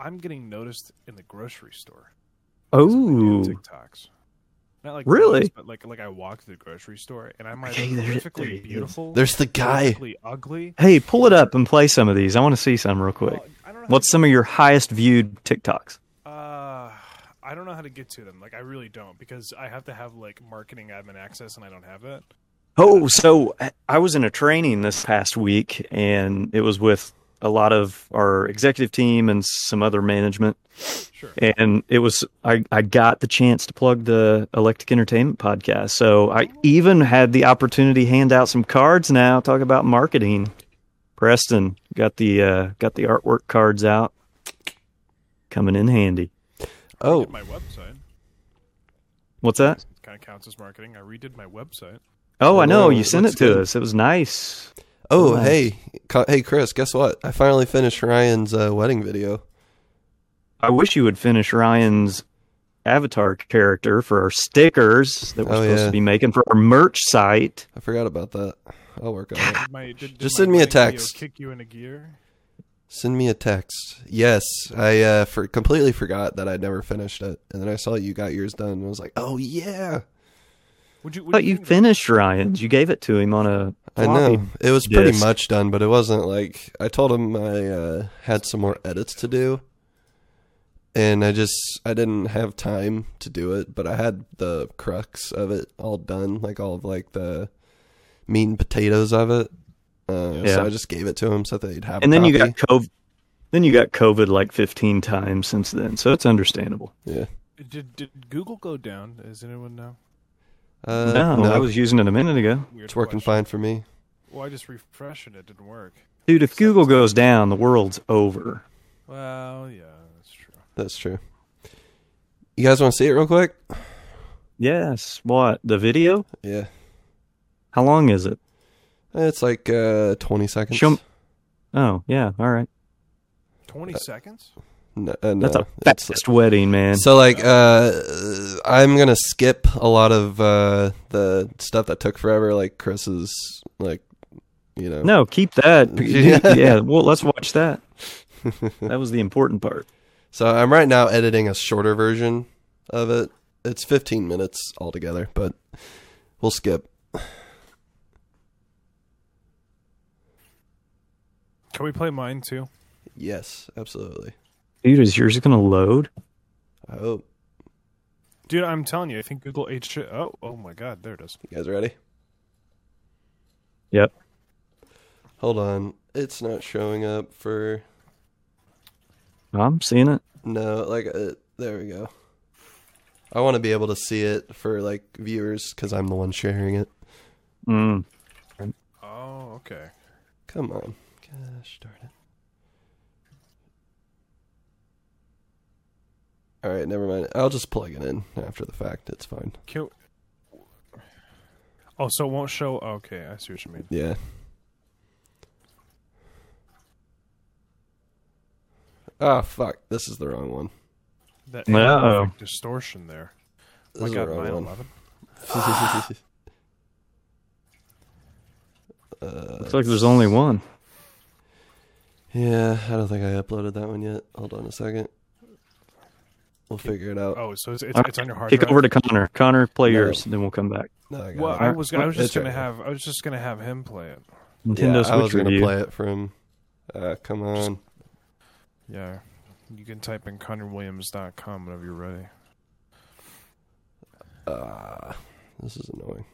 [SPEAKER 3] I'm getting noticed in the grocery store. because of my damn
[SPEAKER 2] Oh,
[SPEAKER 3] TikToks. Not like
[SPEAKER 2] Really?
[SPEAKER 3] noticed, but like like I walked through the grocery store and I'm either
[SPEAKER 2] Okay, there-
[SPEAKER 3] perfectly
[SPEAKER 2] there he is.
[SPEAKER 3] beautiful,
[SPEAKER 1] There's the guy.
[SPEAKER 3] perfectly ugly.
[SPEAKER 2] hey, pull it up and play some of these. I want to see some real quick.
[SPEAKER 3] Well, I don't know how
[SPEAKER 2] What's some of your highest viewed TikToks?
[SPEAKER 3] Uh, I don't know how to get to them. Like, I really don't because I have to have like marketing admin access, and I don't have that.
[SPEAKER 2] Oh, so I was in a training this past week, and it was with a lot of our executive team and some other management.
[SPEAKER 3] Sure.
[SPEAKER 2] And it was I, I got the chance to plug the Electric Entertainment podcast. So I
[SPEAKER 1] Oh.
[SPEAKER 2] even had the opportunity to hand out some cards now. Talk about marketing. Preston got the uh, got the artwork cards out, coming in handy.
[SPEAKER 1] oh,
[SPEAKER 3] Redid my website.
[SPEAKER 2] What's that?
[SPEAKER 3] It kind of counts as marketing. I redid my website.
[SPEAKER 2] Oh, I know
[SPEAKER 1] Whoa,
[SPEAKER 2] you sent
[SPEAKER 1] uh, looks
[SPEAKER 2] it to
[SPEAKER 1] good.
[SPEAKER 2] us. It was nice.
[SPEAKER 1] oh,
[SPEAKER 2] Nice.
[SPEAKER 1] hey, Co- hey, Chris, guess what? I finally finished Ryan's uh, wedding video.
[SPEAKER 2] I wish you would finish Ryan's avatar character for our stickers that we're
[SPEAKER 1] Oh,
[SPEAKER 2] supposed
[SPEAKER 1] yeah.
[SPEAKER 2] to be making for our merch site.
[SPEAKER 1] I forgot about that. I'll work on it.
[SPEAKER 3] Did my, did, did
[SPEAKER 1] Just
[SPEAKER 3] my
[SPEAKER 1] send me a
[SPEAKER 3] wedding video
[SPEAKER 1] text.
[SPEAKER 3] Kick you into gear.
[SPEAKER 1] Send me a text. Yes, I uh, for completely forgot that I'd never finished it, and then I saw you got yours done, and I was like, "Oh yeah,
[SPEAKER 3] Would you?
[SPEAKER 2] I
[SPEAKER 3] Would
[SPEAKER 2] thought you finished Ryan's. You gave it to him on a
[SPEAKER 1] I
[SPEAKER 2] floppy.
[SPEAKER 1] know it was pretty
[SPEAKER 2] disk.
[SPEAKER 1] much done, but it wasn't like I told him I uh, had some more edits to do, and I just I didn't have time to do it, but I had the crux of it all done, like all of like the meat and potatoes of it. Uh,
[SPEAKER 2] Yeah.
[SPEAKER 1] So I just gave it to him so that he'd have. a
[SPEAKER 2] And then you
[SPEAKER 1] copy.
[SPEAKER 2] got COVID. Then you got COVID like 15 times since then, so it's understandable.
[SPEAKER 1] yeah.
[SPEAKER 3] Did, did Google go down? Does anyone know?
[SPEAKER 1] Uh,
[SPEAKER 2] no, I was using it a minute ago.
[SPEAKER 3] Weird
[SPEAKER 1] it's working fine
[SPEAKER 3] question.
[SPEAKER 1] for me.
[SPEAKER 3] Well, I just refreshed and it didn't work.
[SPEAKER 2] Dude, if Google goes down, the world's over.
[SPEAKER 3] Well, yeah, that's true.
[SPEAKER 1] That's true. You guys want to see it real quick?
[SPEAKER 2] Yes. What? The video?
[SPEAKER 1] Yeah.
[SPEAKER 2] How long is it?
[SPEAKER 1] It's like uh, 20 seconds.
[SPEAKER 2] Show m- Oh, yeah. All right.
[SPEAKER 1] Uh,
[SPEAKER 3] 20 seconds?
[SPEAKER 1] No, uh, no.
[SPEAKER 2] That's a
[SPEAKER 1] It's-
[SPEAKER 2] fastest wedding, man.
[SPEAKER 1] So like uh I'm gonna skip a lot of uh the stuff that took forever, like Chris's like you know
[SPEAKER 2] No, keep that.
[SPEAKER 1] Yeah.
[SPEAKER 2] Yeah. Well, let's watch that. That was the important part.
[SPEAKER 1] So I'm right now editing a shorter version of it. It's fifteen minutes altogether, but we'll skip.
[SPEAKER 3] Can we play mine too?
[SPEAKER 1] Yes, absolutely.
[SPEAKER 2] Dude, is yours going to load?
[SPEAKER 1] I hope
[SPEAKER 3] Dude, I'm telling you, I think Google H shit. Oh, oh my God, there it is.
[SPEAKER 1] you guys are ready.
[SPEAKER 2] Yep.
[SPEAKER 1] Hold on. It's not showing up for
[SPEAKER 2] I'm seeing it.
[SPEAKER 1] no, like uh, there we go. I want to be able to see it for like viewers cuz I'm the one sharing it.
[SPEAKER 2] Mm.
[SPEAKER 3] Oh, okay.
[SPEAKER 1] Come on. Gosh darn it. Alright, never mind. I'll just plug it in after the fact. It's fine.
[SPEAKER 3] Can... Oh, so it won't show. Okay, I see what you mean.
[SPEAKER 1] Yeah. Ah, fuck. This is the wrong one.
[SPEAKER 3] That
[SPEAKER 2] Uh-oh.
[SPEAKER 3] anamorphic distortion there.
[SPEAKER 1] This
[SPEAKER 3] my
[SPEAKER 1] is
[SPEAKER 3] God,
[SPEAKER 1] the
[SPEAKER 3] 9
[SPEAKER 1] wrong one.
[SPEAKER 3] 11.
[SPEAKER 1] uh,
[SPEAKER 2] Looks like there's only one.
[SPEAKER 1] yeah, I don't think I uploaded that one yet. Hold on a second. We'll figure it out.
[SPEAKER 3] Oh, so it's, it's,
[SPEAKER 2] Alright,
[SPEAKER 3] it's on your hard
[SPEAKER 2] Kick
[SPEAKER 3] drive.
[SPEAKER 2] over to Connor. Connor, play
[SPEAKER 1] No.
[SPEAKER 2] yours, and then we'll come back.
[SPEAKER 1] No, I got
[SPEAKER 3] Well,
[SPEAKER 1] it.
[SPEAKER 3] I was I was
[SPEAKER 1] It's
[SPEAKER 3] just gonna
[SPEAKER 1] right here.
[SPEAKER 3] have I was just gonna have him play it.
[SPEAKER 2] Nintendo
[SPEAKER 1] yeah,
[SPEAKER 2] Switch
[SPEAKER 1] I was gonna
[SPEAKER 2] review.
[SPEAKER 1] play it from. Uh, come on.
[SPEAKER 3] Yeah, you can type in ConnorWilliams.com whenever you're ready.
[SPEAKER 1] Uh, this is annoying.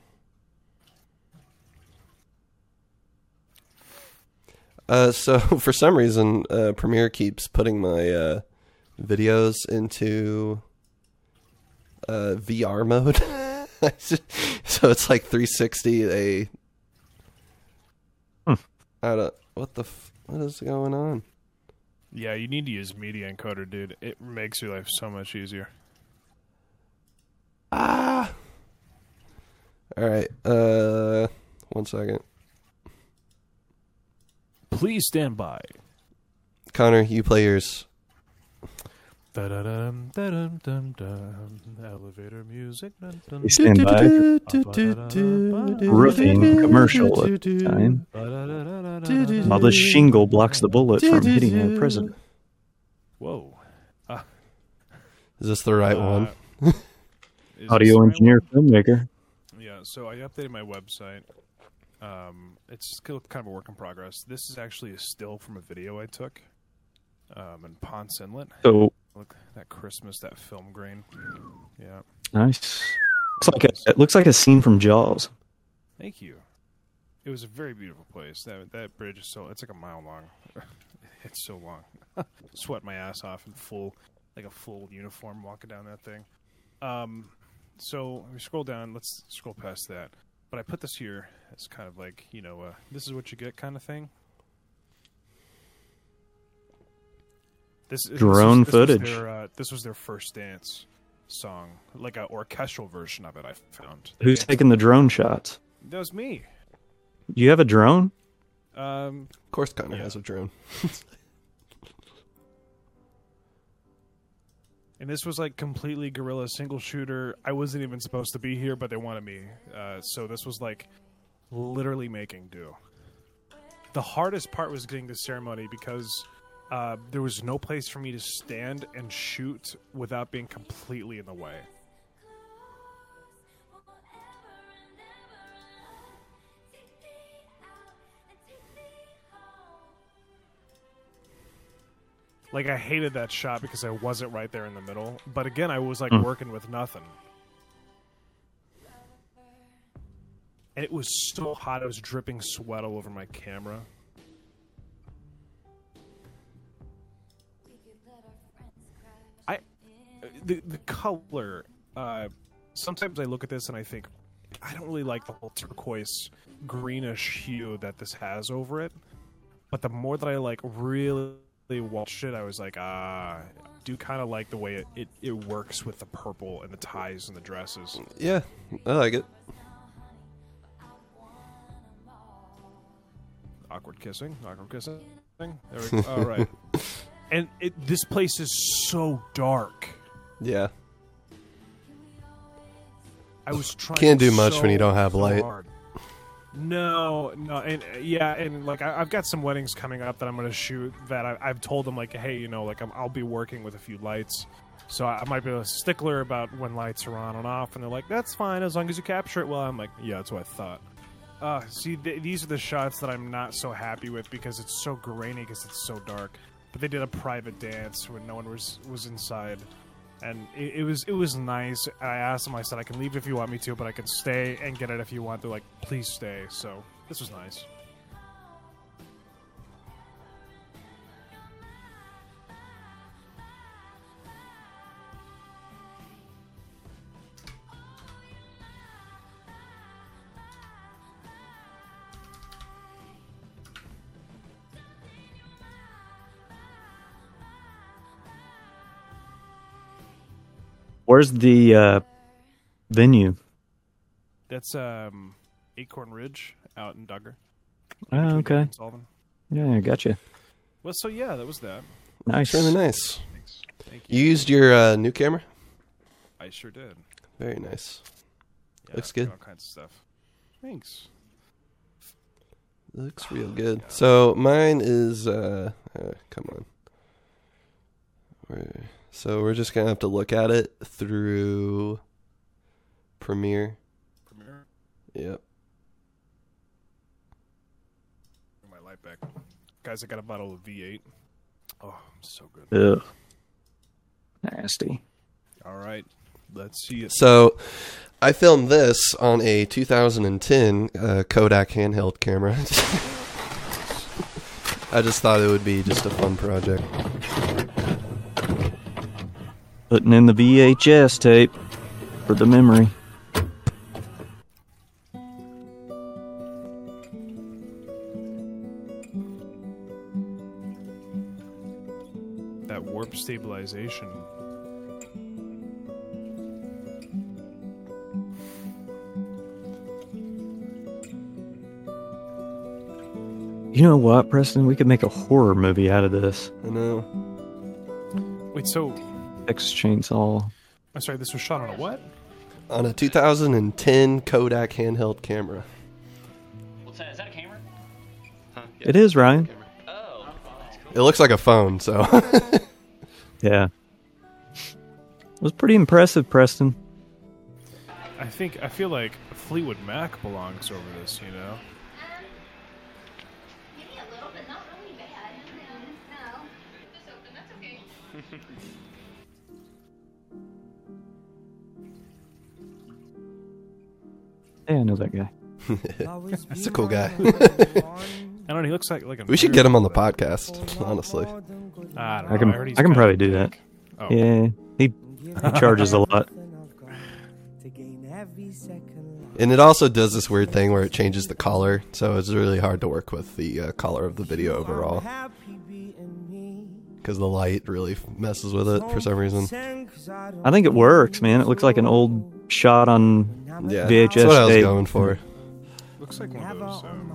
[SPEAKER 1] Uh, so for some reason, uh, Premiere keeps putting my uh, videos into uh, VR mode. so it's like 360. They,
[SPEAKER 2] Hmm.
[SPEAKER 1] I don't. What the? F- what is going on?
[SPEAKER 3] Yeah, you need to use Media Encoder, dude. It makes your life so much easier.
[SPEAKER 1] Ah. All right. Uh, one second,
[SPEAKER 3] Please stand by.
[SPEAKER 1] Connor. You play yours.
[SPEAKER 3] Da-da-dum, da-dum, dum, dum. Elevator music. Dun, dun,
[SPEAKER 2] Please stand by Roofing commercial at the time.
[SPEAKER 3] ba-da-da-da-da-da-da.
[SPEAKER 2] While this shingle blocks the bullet from hitting our president.
[SPEAKER 3] Whoa.
[SPEAKER 1] Is this the right
[SPEAKER 3] Uh,
[SPEAKER 1] one?
[SPEAKER 3] is this the
[SPEAKER 2] Audio
[SPEAKER 3] right
[SPEAKER 2] engineer, filmmaker.
[SPEAKER 3] Yeah, so I updated my website. Um, it's still kind of a work in progress. This is actually a still from a video I took um, in Ponce Inlet.
[SPEAKER 2] So
[SPEAKER 3] Look, that Christmas, that film grain. Yeah,
[SPEAKER 2] nice. Looks like a, it looks like a scene from Jaws.
[SPEAKER 3] thank you. It was a very beautiful place. That that bridge is so it's like a mile long. it's so long. Sweat my ass off in full, like a full uniform walking down that thing. Um, so we scroll down. Let's scroll past that. But I put this here as kind of like you know, uh, this is what you get kind of thing. This this was-
[SPEAKER 2] Drone
[SPEAKER 3] this was
[SPEAKER 2] footage.
[SPEAKER 3] their, uh, this was their first dance song, like an orchestral version of it. I found.
[SPEAKER 2] Who's
[SPEAKER 3] And
[SPEAKER 2] taking the drone shots?
[SPEAKER 3] That was me.
[SPEAKER 2] Do you have a drone?
[SPEAKER 3] Um,
[SPEAKER 1] Of course, Connor
[SPEAKER 3] yeah.
[SPEAKER 1] has a drone.
[SPEAKER 3] and this was like completely guerrilla single shooter. I wasn't even supposed to be here, but they wanted me. Uh, so this was like literally making do. The hardest part was getting the ceremony because uh, there was no place for me to stand and shoot without being completely in the way. Like I hated that shot because I wasn't right there in the middle. But again, I was like working with nothing. And it was so hot; I was dripping sweat all over my camera. I the the color. Uh, sometimes I look at this and I think I don't really like the whole turquoise greenish hue that this has over it. But the more that I like really watched it, I was like, ah, I do kind of like the way it, it, it works with the purple and the ties and the dresses.
[SPEAKER 1] Yeah, I like it.
[SPEAKER 3] Awkward kissing, awkward kissing. There we go. All right. And it, this place is so dark.
[SPEAKER 1] Yeah.
[SPEAKER 3] I was trying.
[SPEAKER 1] Can't do much when you
[SPEAKER 3] so
[SPEAKER 1] don't have light.
[SPEAKER 3] hard. No, no, and uh, yeah, and like I, I've got some weddings coming up that I'm going to shoot. That I, I've told them like, hey, you know, like I'm, I'll be working with a few lights, so I, I might be a stickler about when lights are on and off. And they're like, that's fine as long as you capture it well. I'm like, yeah, that's what I thought. Uh, see, th- these are the shots that I'm not so happy with because it's so grainy because it's so dark. But they did a private dance when no one was was inside, and it, it was it was nice. I asked them. I said, "I can leave if you want me to, but I can stay and get it if you want." They're like, "Please stay." So this was nice.
[SPEAKER 2] Where's the uh, venue?
[SPEAKER 3] That's um, Acorn Ridge out in Duggar.
[SPEAKER 2] Oh,
[SPEAKER 1] Ah,
[SPEAKER 3] between Duggar
[SPEAKER 2] okay.
[SPEAKER 3] and Sullivan.
[SPEAKER 2] Yeah, gotcha.
[SPEAKER 3] Well, so yeah, that was that.
[SPEAKER 2] Nice.
[SPEAKER 1] Really nice.
[SPEAKER 3] Thank you.
[SPEAKER 1] You used your uh, new camera.
[SPEAKER 3] I sure did.
[SPEAKER 1] Very nice.
[SPEAKER 3] Yeah,
[SPEAKER 1] Looks
[SPEAKER 3] I've got
[SPEAKER 1] good.
[SPEAKER 3] All kinds of stuff. Thanks.
[SPEAKER 1] Looks real good. So mine is. Uh, uh, come on. We're, so we're just gonna have to look at it through Premiere.
[SPEAKER 3] Premiere.
[SPEAKER 1] Yep.
[SPEAKER 3] Bring My light back, guys. I got a bottle of V8. Oh, so good.
[SPEAKER 2] Ugh. Nasty.
[SPEAKER 3] All right, let's see it.
[SPEAKER 1] So I filmed this on a 2010 uh, Kodak handheld camera. I just thought it would be just a fun project.
[SPEAKER 2] Putting in the VHS tape for the memory.
[SPEAKER 3] That warp stabilization.
[SPEAKER 2] You know what, Preston? We could make a horror movie out of this.
[SPEAKER 1] I know.
[SPEAKER 3] Wait, so
[SPEAKER 2] X Chainsaw.
[SPEAKER 3] I'm sorry. This was shot on a what?
[SPEAKER 1] On a 2010 Kodak handheld camera.
[SPEAKER 4] What's that? Is that a camera? Huh?
[SPEAKER 2] It is, Ryan.
[SPEAKER 4] Oh, wow, that's cool.
[SPEAKER 1] It looks like a phone, so
[SPEAKER 2] Yeah. It was pretty impressive, Preston.
[SPEAKER 3] I think I feel like Fleetwood Mac belongs over this, you know.
[SPEAKER 5] Maybe a little, but not really bad. No. Just open. That's okay.
[SPEAKER 2] Yeah, I know that guy.
[SPEAKER 1] that's a cool guy.
[SPEAKER 3] I don't know. He looks like like a
[SPEAKER 1] we should get him on the podcast, honestly.
[SPEAKER 3] I, don't
[SPEAKER 2] I
[SPEAKER 3] know,
[SPEAKER 2] can
[SPEAKER 3] I heard he's
[SPEAKER 2] I can
[SPEAKER 3] kinda
[SPEAKER 2] probably do that.
[SPEAKER 3] thick. Oh,
[SPEAKER 2] Yeah. He, he charges a lot.
[SPEAKER 1] And it also does this weird thing where it changes the color, so it's really hard to work with the uh, color of the video overall because the light really messes with it for some reason.
[SPEAKER 2] I think it works, man. It looks like an old shot on.
[SPEAKER 1] Yeah,
[SPEAKER 2] VHS
[SPEAKER 1] that's what I was
[SPEAKER 2] tape.
[SPEAKER 1] going for.
[SPEAKER 3] looks like one of those. um,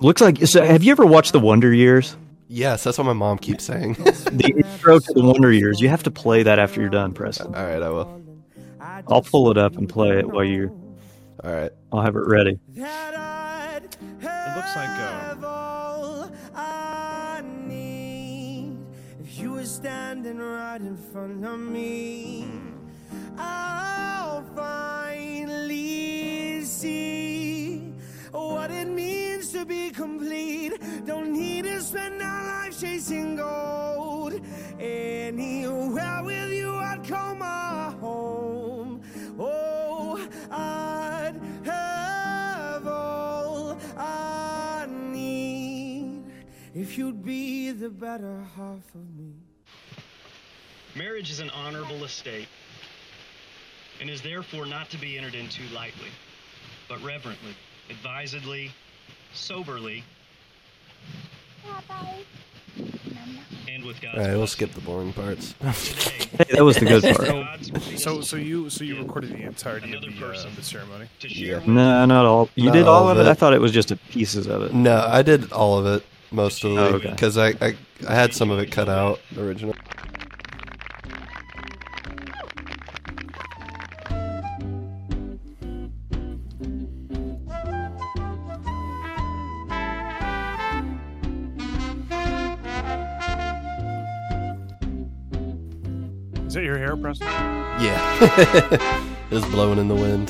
[SPEAKER 2] Looks like. So have you ever watched The Wonder Years?
[SPEAKER 1] Yes, that's what my mom keeps saying.
[SPEAKER 2] The intro to The Wonder Years. You have to play that after you're done, Preston.
[SPEAKER 1] All right, I will.
[SPEAKER 2] I'll pull it up and play it while you.
[SPEAKER 1] All right.
[SPEAKER 2] I'll have it ready.
[SPEAKER 3] it looks like
[SPEAKER 2] uh,
[SPEAKER 3] um,
[SPEAKER 6] If you were standing right in front of me,
[SPEAKER 2] Hmm.
[SPEAKER 6] I'll finally see what it means to be complete. Don't need to spend our lives chasing gold. Anywhere with you, I'd call my home. Oh, I'd have all I need if you'd be the better half of me.
[SPEAKER 7] Marriage is an honorable estate and is therefore not to be entered into lightly, but reverently, advisedly, soberly, and with God's
[SPEAKER 1] All right, we'll
[SPEAKER 7] blessing.
[SPEAKER 1] skip the boring parts.
[SPEAKER 2] Hey, that was the good part.
[SPEAKER 7] God's
[SPEAKER 3] So,
[SPEAKER 7] blessing
[SPEAKER 3] so you, so you recorded the entirety of
[SPEAKER 7] Another
[SPEAKER 3] the, uh,
[SPEAKER 7] person.
[SPEAKER 3] the ceremony.
[SPEAKER 7] to share with
[SPEAKER 2] No, not all. You
[SPEAKER 1] Not
[SPEAKER 2] did all
[SPEAKER 1] all
[SPEAKER 2] of
[SPEAKER 1] of
[SPEAKER 2] it. I
[SPEAKER 1] it.
[SPEAKER 2] thought it was just a pieces of it.
[SPEAKER 1] No, I did all of it most of
[SPEAKER 2] Oh,
[SPEAKER 1] the
[SPEAKER 2] okay.
[SPEAKER 1] because I, I I had some of it cut out originally.
[SPEAKER 3] Is that your hair, Preston?
[SPEAKER 1] Yeah, it was blowing in the wind.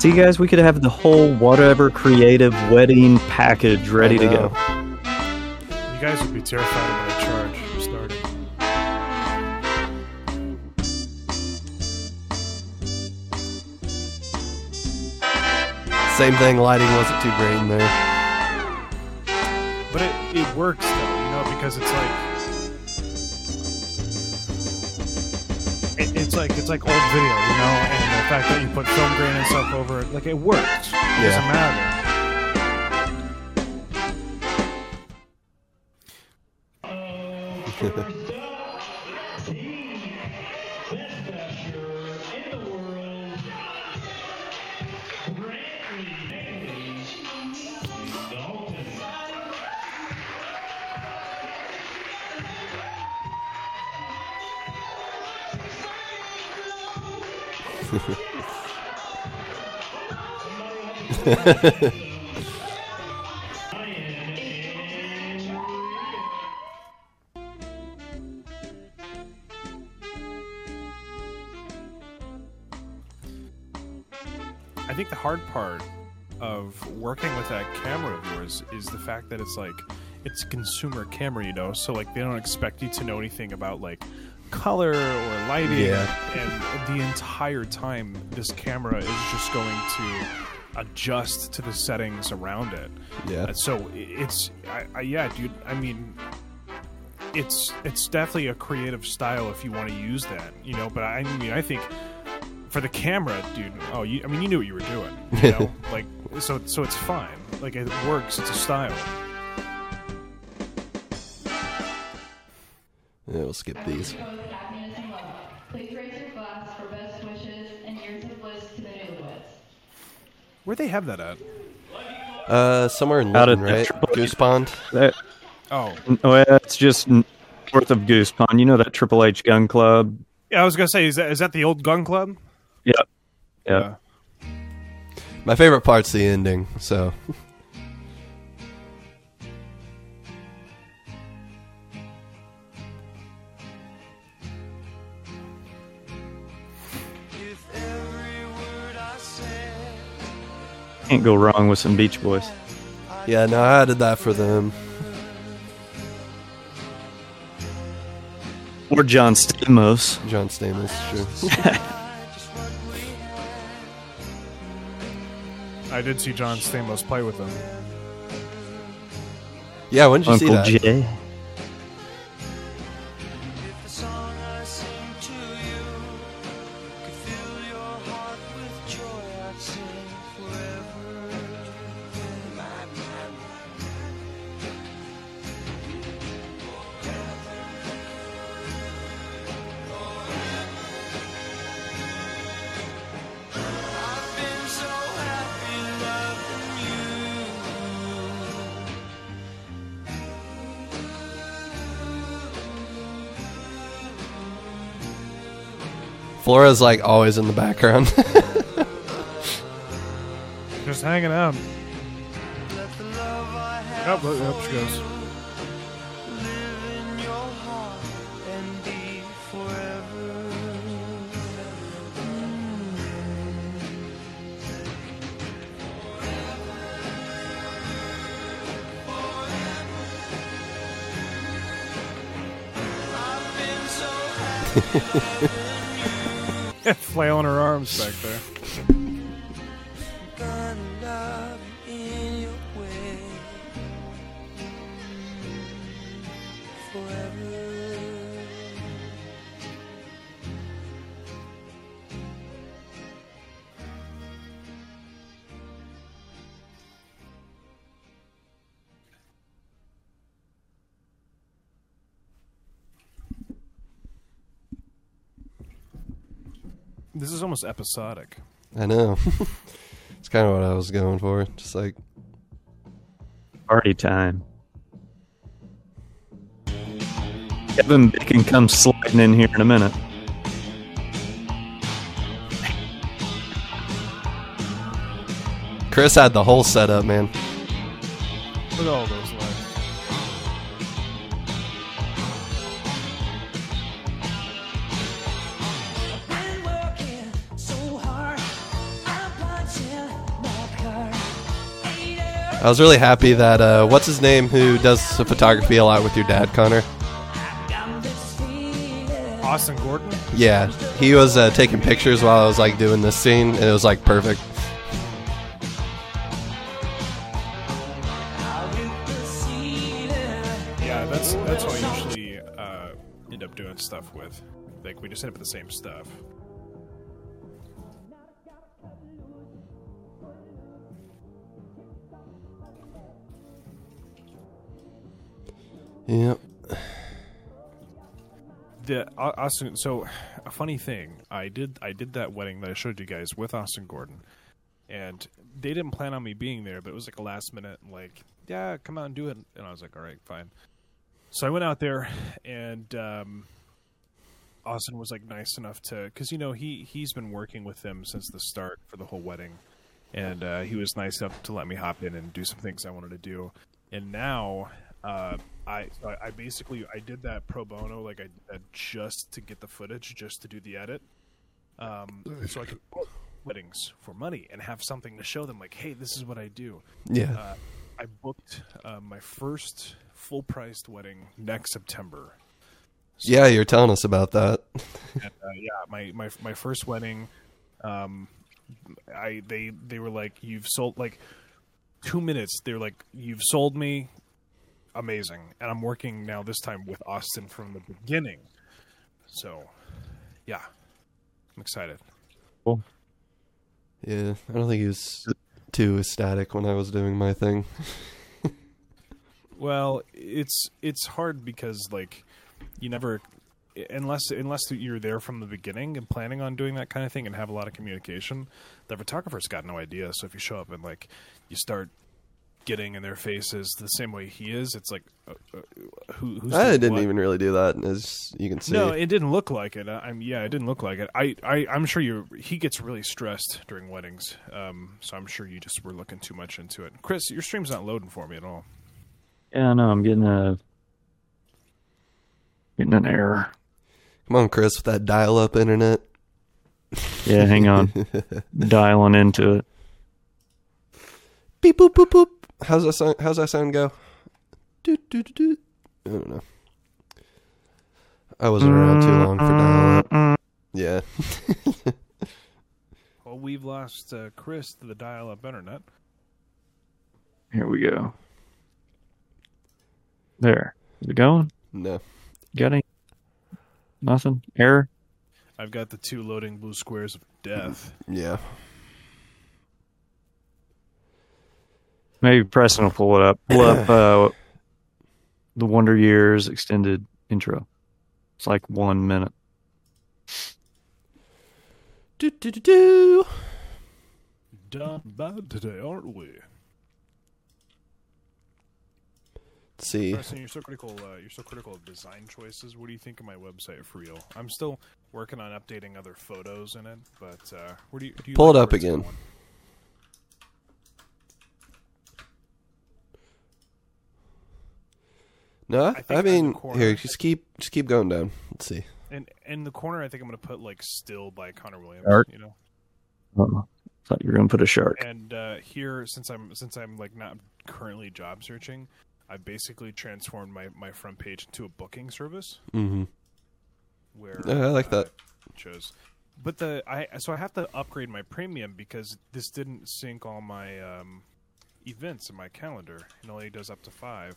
[SPEAKER 2] See, guys, we could have the whole whatever creative wedding package ready to go.
[SPEAKER 1] Uh-huh.
[SPEAKER 3] You guys would be terrified of my charge starting.
[SPEAKER 1] Same thing. Lighting wasn't too great in there.
[SPEAKER 3] But it, it works though, you know, because it's like it, it's like it's like old video, you know, and the fact that you put film grain and stuff over it, like it works. It doesn't
[SPEAKER 1] Yeah.
[SPEAKER 3] matter. I think the hard part of working with that camera of yours is the fact that it's like it's a consumer camera, you know, so like they don't expect you to know anything about like color or lighting
[SPEAKER 1] Yeah.
[SPEAKER 3] and the entire time this camera is just going to adjust to the settings around it.
[SPEAKER 1] Yeah,
[SPEAKER 3] Uh, So i- it's, I, I, yeah, dude. I mean, it's it's definitely a creative style if you want to use that, you know. But I mean, I think for the camera, dude. Oh, you, I mean, you knew what you were doing, you know. like, so so it's fine. Like it works. It's a style.
[SPEAKER 1] yeah we'll skip these.
[SPEAKER 5] Please raise your glass for best wishes and years of bliss to the newlyweds.
[SPEAKER 3] Where they have that at?
[SPEAKER 1] Uh, somewhere in
[SPEAKER 2] Out of
[SPEAKER 1] Lincoln, right?
[SPEAKER 2] Detroit.
[SPEAKER 1] Goose Pond.
[SPEAKER 2] That,
[SPEAKER 3] Oh,
[SPEAKER 2] well, that's just north of Goose Pond. You know that Triple H Gun Club?
[SPEAKER 3] yeah. I was gonna say, is that is that the old gun club?
[SPEAKER 2] Yep. Yep.
[SPEAKER 1] My favorite part's the ending. So
[SPEAKER 6] If every word I said
[SPEAKER 2] Can't go wrong with some Beach Boys.
[SPEAKER 1] yeah, no, I did that for them.
[SPEAKER 2] Or John Stamos.
[SPEAKER 1] John Stamos. Sure.
[SPEAKER 3] I did see John Stamos play with them.
[SPEAKER 1] Yeah, when did you
[SPEAKER 2] Uncle
[SPEAKER 1] see that?
[SPEAKER 2] Jay.
[SPEAKER 6] the song I sing to you could fill your heart with joy, I'd sing forever. I've been so happy loving you.
[SPEAKER 1] Flora's like always in the background.
[SPEAKER 3] Just hanging out.
[SPEAKER 6] Let the love I have
[SPEAKER 3] Up, up she goes.
[SPEAKER 6] live in your heart and be forever.
[SPEAKER 3] Flailing her arms back there.
[SPEAKER 6] gonna love you in your way forever.
[SPEAKER 3] This is almost episodic.
[SPEAKER 1] I know. it's kind of what I was going for. Just like
[SPEAKER 2] Party time. Kevin Bacon comes sliding in here in a minute.
[SPEAKER 1] Chris had the whole setup, man.
[SPEAKER 3] Look at all those lights.
[SPEAKER 8] Been working so hard. I'm punching my card. Hater,
[SPEAKER 1] I was really happy that uh, what's his name who does the photography a lot with your dad, Connor.
[SPEAKER 8] I'm just feeling.
[SPEAKER 3] Austin Gordon.
[SPEAKER 1] Yeah, he was uh, taking pictures while I was like doing this scene, and it was like perfect.
[SPEAKER 8] I'll rip the ceiling.
[SPEAKER 3] Yeah, that's that's what I usually uh, end up doing stuff with. Like we just end up with the same stuff.
[SPEAKER 1] Yep.
[SPEAKER 3] The Au- Austin. So, a funny thing. I did. I did that wedding that I showed you guys with Austin Gordon, and they didn't plan on me being there, but it was like a last minute. Like, yeah, come out and do it. And I was like, all right, fine. So I went out there, and um, Austin was like nice enough to, because you know he he's been working with them since the start for the whole wedding, and uh, he was nice enough to let me hop in and do some things I wanted to do. And now, uh, I I I basically I did that pro bono, like I did that just to get the footage, just to do the edit, um, so I could book weddings for money and have something to show them. Like, hey, this is what I do.
[SPEAKER 1] Yeah.
[SPEAKER 3] Uh, I booked uh, my first full priced wedding next September.
[SPEAKER 1] yeah, you're telling us about that.
[SPEAKER 3] And, uh, yeah, my, my my first wedding, um, I they they were like, you've sold like two minutes. They're like, you've sold me, amazing. And I'm working now this time with Austin from the beginning. So, yeah, I'm excited.
[SPEAKER 1] Yeah, I don't think he was too ecstatic when I was doing my thing.
[SPEAKER 3] Well, it's it's hard because like you never unless unless you're there from the beginning and planning on doing that kind of thing and have a lot of communication, the photographer's got no idea. So if you show up and like you start getting in their faces the same way he is, it's like uh, uh, who who's
[SPEAKER 1] I
[SPEAKER 3] doing
[SPEAKER 1] didn't
[SPEAKER 3] what?
[SPEAKER 1] even really do that, as you can see.
[SPEAKER 3] No, it didn't look like it. I- I'm yeah, it didn't look like it. I, I I'm sure you he gets really stressed during weddings. Um so I'm sure you just were looking too much into it. Chris, your stream's not loading for me at all.
[SPEAKER 2] Yeah, no, I'm getting a getting an error.
[SPEAKER 1] Come on, Chris, with that dial-up internet.
[SPEAKER 2] Yeah, hang on. Dialing into it.
[SPEAKER 1] Beep boop boop boop. How's that sound? How's that sound go? Do do do do. I don't know. I wasn't around too long for dial-up. Yeah.
[SPEAKER 3] Well, we've lost uh, Chris to the dial-up internet.
[SPEAKER 2] Here we go. There. Is it going?
[SPEAKER 1] No.
[SPEAKER 2] Got any? Nothing. Error.
[SPEAKER 3] I've got the two loading blue squares of death.
[SPEAKER 1] Yeah.
[SPEAKER 2] Maybe Preston will pull it up. Pull up uh, the Wonder Years extended intro. It's like one minute.
[SPEAKER 1] Do do do do.
[SPEAKER 3] Done bad today, aren't we?
[SPEAKER 1] Let's see.
[SPEAKER 3] Preston, you're so critical. Uh, you're so critical of design choices. What do you think of my website for real? I'm still working on updating other photos in it, but uh, where do you, do you
[SPEAKER 1] Pull it
[SPEAKER 3] like
[SPEAKER 1] up
[SPEAKER 3] where it's
[SPEAKER 1] again.
[SPEAKER 3] going?
[SPEAKER 1] No,
[SPEAKER 3] think
[SPEAKER 1] I,
[SPEAKER 3] on the
[SPEAKER 1] mean,
[SPEAKER 3] corner-
[SPEAKER 1] here, just keep, just keep going down. Let's see.
[SPEAKER 3] And in the corner, I think I'm going to put like "Still" by Connor Williams.
[SPEAKER 2] Art.
[SPEAKER 3] You know,
[SPEAKER 2] I don't know. Uh-huh. Thought you were gonna put a shark.
[SPEAKER 3] and uh, here since I'm since I'm like not currently job searching, I basically transformed my my front page into a booking service.
[SPEAKER 1] Mm-hmm.
[SPEAKER 3] Where
[SPEAKER 1] Yeah, I like
[SPEAKER 3] uh,
[SPEAKER 1] that.
[SPEAKER 3] shows. But the I so I have to upgrade my premium because this didn't sync all my um, events in my calendar. It only does up to five.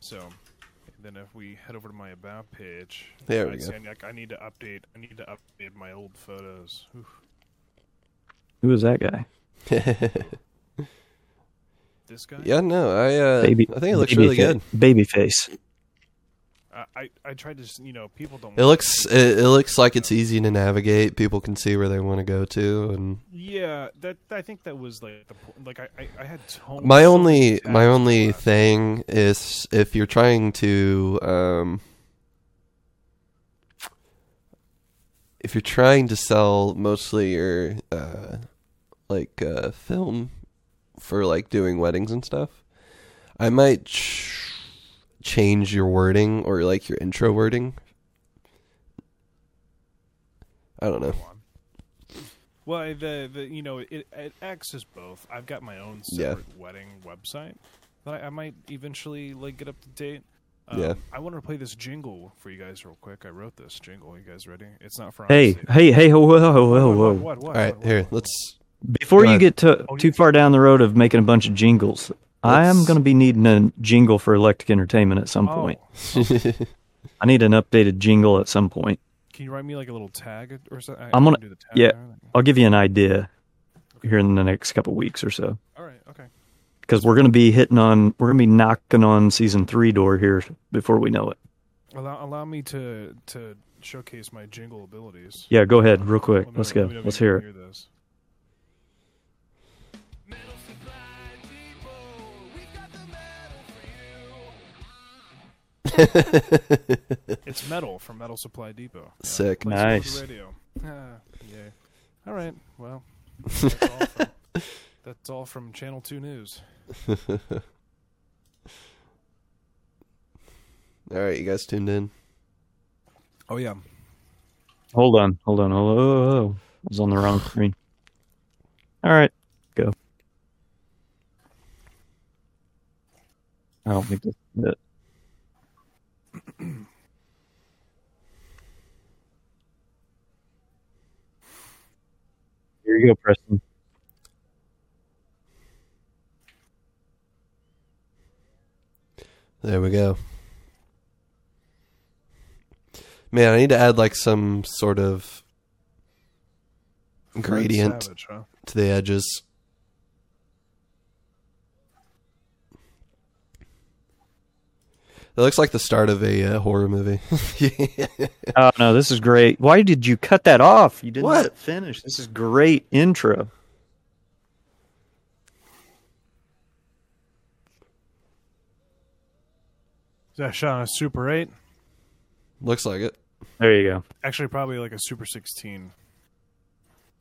[SPEAKER 3] So then if we head over to my about page,
[SPEAKER 1] There we
[SPEAKER 3] I'd
[SPEAKER 1] go.
[SPEAKER 3] say I, need- I need to update. I need to update my old photos. Oof.
[SPEAKER 2] Who is that guy?
[SPEAKER 3] This guy.
[SPEAKER 1] yeah, no, I, uh,
[SPEAKER 2] Baby. Uh,
[SPEAKER 1] I think it looks
[SPEAKER 2] baby
[SPEAKER 1] really
[SPEAKER 2] fa-
[SPEAKER 1] good.
[SPEAKER 2] Baby face.
[SPEAKER 3] I, I, I tried to, s- you know, people don't.
[SPEAKER 1] It looks it, it looks like it's easy to navigate. People can see where they want to go to, and
[SPEAKER 3] Yeah, that I think that was like the po- like I I, I had so
[SPEAKER 1] my
[SPEAKER 3] so
[SPEAKER 1] only
[SPEAKER 3] much
[SPEAKER 1] my
[SPEAKER 3] attached
[SPEAKER 1] only
[SPEAKER 3] to that.
[SPEAKER 1] thing is if you're trying to um if you're trying to sell mostly your uh like uh film for like doing weddings and stuff i might ch- change your wording or like your intro wording i don't know
[SPEAKER 3] Well, I- the the you know it, it acts as both. I've got my own
[SPEAKER 1] Yeah.
[SPEAKER 3] separate wedding website that I, I might eventually like get up to date. Um,
[SPEAKER 1] Yeah.
[SPEAKER 3] I wanted to play this jingle for you guys real quick. I wrote this jingle. You guys ready? It's not for
[SPEAKER 2] Hey,
[SPEAKER 3] honesty.
[SPEAKER 2] hey, hey, whoa, whoa, whoa, whoa.
[SPEAKER 3] What, What, what, what,
[SPEAKER 1] all right
[SPEAKER 3] what,
[SPEAKER 1] here
[SPEAKER 3] what?
[SPEAKER 1] let's
[SPEAKER 2] Before
[SPEAKER 1] Go
[SPEAKER 2] you
[SPEAKER 1] ahead.
[SPEAKER 2] get to,
[SPEAKER 3] Oh,
[SPEAKER 2] too
[SPEAKER 3] yeah.
[SPEAKER 2] far down the road of making a bunch of jingles, I am
[SPEAKER 1] Let's-
[SPEAKER 2] going to be needing a jingle for Electric Entertainment at some point.
[SPEAKER 3] Oh,
[SPEAKER 2] I need an updated jingle at some point.
[SPEAKER 3] can you write me like a little tag or something? I-
[SPEAKER 2] I'm
[SPEAKER 3] I
[SPEAKER 2] gonna-
[SPEAKER 3] can do the tag
[SPEAKER 2] yeah.
[SPEAKER 3] and everything.
[SPEAKER 2] I'll give you an idea here in the next couple weeks or so
[SPEAKER 3] All right. Okay.
[SPEAKER 2] because we're going to be hitting on, we're going to be knocking on season three door here before we know it.
[SPEAKER 3] Allow allow me to to showcase my jingle abilities.
[SPEAKER 2] Yeah, go ahead, real quick.
[SPEAKER 3] Let me
[SPEAKER 2] Let's
[SPEAKER 3] know- let
[SPEAKER 2] go.
[SPEAKER 3] me know if
[SPEAKER 2] Let's
[SPEAKER 3] you
[SPEAKER 2] hear
[SPEAKER 3] can
[SPEAKER 2] it.
[SPEAKER 3] Hear this. It's metal from Metal Supply Depot. Yeah,
[SPEAKER 1] Sick.
[SPEAKER 3] plays over the
[SPEAKER 2] Nice.
[SPEAKER 3] Radio. Ah, yay. All right. Well, that's all, from, that's all from Channel Two News.
[SPEAKER 1] all right you guys tuned in
[SPEAKER 3] Oh yeah.
[SPEAKER 2] Hold on, hold on. Hello, oh, I was on the wrong screen. All right, go. I don't think this is it. Here you go, Preston.
[SPEAKER 1] There we go. Man, I need to add like some sort of
[SPEAKER 3] Fred
[SPEAKER 1] gradient
[SPEAKER 3] Savage, huh?
[SPEAKER 1] to the edges. That looks like the start of a uh, horror movie.
[SPEAKER 2] Oh no, this is great. Why did you cut that off? You didn't let
[SPEAKER 1] What?
[SPEAKER 2] it finish. This is great intro.
[SPEAKER 3] Is that shot on a Super Eight?
[SPEAKER 1] looks like it.
[SPEAKER 2] There you go.
[SPEAKER 3] Actually, probably like a Super Sixteen.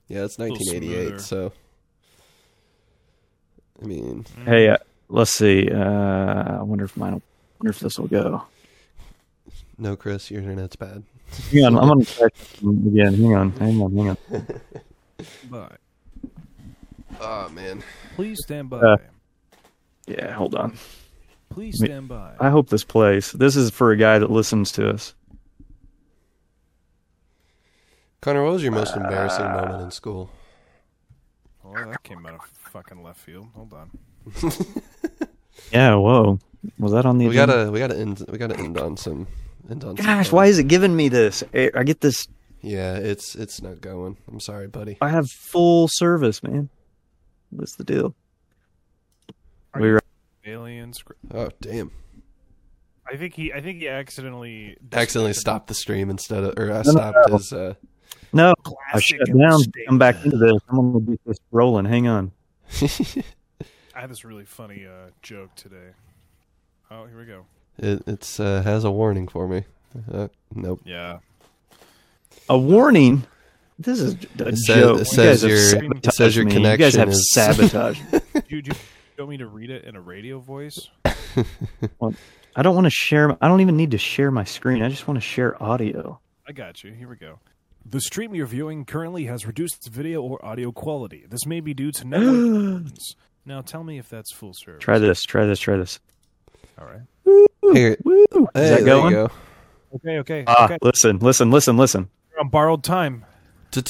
[SPEAKER 1] Yeah, it's
[SPEAKER 3] little
[SPEAKER 1] 1988,
[SPEAKER 3] smoother.
[SPEAKER 1] so I mean,
[SPEAKER 2] Hey, uh, let's see. Uh, I wonder if mine. Will, wonder if this will go.
[SPEAKER 1] no, Chris, your internet's bad.
[SPEAKER 2] Hang on, I'm gonna try something again. Hang on, hang on, hang on.
[SPEAKER 3] Bye.
[SPEAKER 1] Oh man,
[SPEAKER 3] Please stand by.
[SPEAKER 2] Uh, Yeah, hold on.
[SPEAKER 3] Please
[SPEAKER 2] me-
[SPEAKER 3] stand by.
[SPEAKER 2] I hope this plays. This is for a guy that listens to us.
[SPEAKER 1] Connor, what was your most embarrassing moment in school?
[SPEAKER 3] Oh, that came out of fucking left field. Hold on.
[SPEAKER 2] Yeah, whoa. Was that on the?
[SPEAKER 1] We
[SPEAKER 2] agenda?
[SPEAKER 1] gotta, we gotta end, we gotta end on some, end on. some
[SPEAKER 2] Gosh,
[SPEAKER 1] fun.
[SPEAKER 2] why is it giving me this? Eh, I I get this.
[SPEAKER 1] Yeah, it's it's not going. I'm sorry, buddy.
[SPEAKER 2] I have full service, man. What's the deal?
[SPEAKER 3] Are
[SPEAKER 2] We
[SPEAKER 3] you-
[SPEAKER 2] were,
[SPEAKER 3] Aliens. gr-
[SPEAKER 1] Oh damn!
[SPEAKER 3] I think he. I think he accidentally
[SPEAKER 1] Accidentally
[SPEAKER 3] disconnected.
[SPEAKER 1] stopped the stream instead of, or I
[SPEAKER 2] no,
[SPEAKER 1] stopped
[SPEAKER 2] no.
[SPEAKER 1] his. Uh,
[SPEAKER 2] no, I
[SPEAKER 3] Classic
[SPEAKER 2] shut down.
[SPEAKER 3] mistake.
[SPEAKER 2] Come back into this. I'm gonna get this rolling. Hang on.
[SPEAKER 3] I had this really funny uh, joke today. Oh, here we go.
[SPEAKER 1] it it's uh, has a warning for me. Uh, nope.
[SPEAKER 3] Yeah.
[SPEAKER 2] A warning. This is a
[SPEAKER 1] It says-
[SPEAKER 2] joke.
[SPEAKER 1] it
[SPEAKER 2] you
[SPEAKER 1] says
[SPEAKER 2] guys have
[SPEAKER 1] your- it
[SPEAKER 2] sabotaged
[SPEAKER 1] says your
[SPEAKER 2] me. You guys
[SPEAKER 1] connection
[SPEAKER 2] have
[SPEAKER 1] is-
[SPEAKER 2] sabotage.
[SPEAKER 3] Dude, you want me to read it in a radio voice?
[SPEAKER 2] I don't want to share. my- I don't even need to share my screen. I just want to share audio.
[SPEAKER 3] I got you. Here we go. The stream you're viewing currently has reduced video or audio quality. This may be due to network. problems. now tell me if that's full service.
[SPEAKER 2] Try this. Try this. Try this.
[SPEAKER 3] All right.
[SPEAKER 1] Here,
[SPEAKER 2] Woo! Is
[SPEAKER 1] hey,
[SPEAKER 2] that
[SPEAKER 1] there you
[SPEAKER 2] going?
[SPEAKER 1] go.
[SPEAKER 3] Okay. Okay.
[SPEAKER 2] Ah,
[SPEAKER 3] okay.
[SPEAKER 2] listen, listen, listen, listen.
[SPEAKER 3] You're on borrowed time.
[SPEAKER 1] Dude,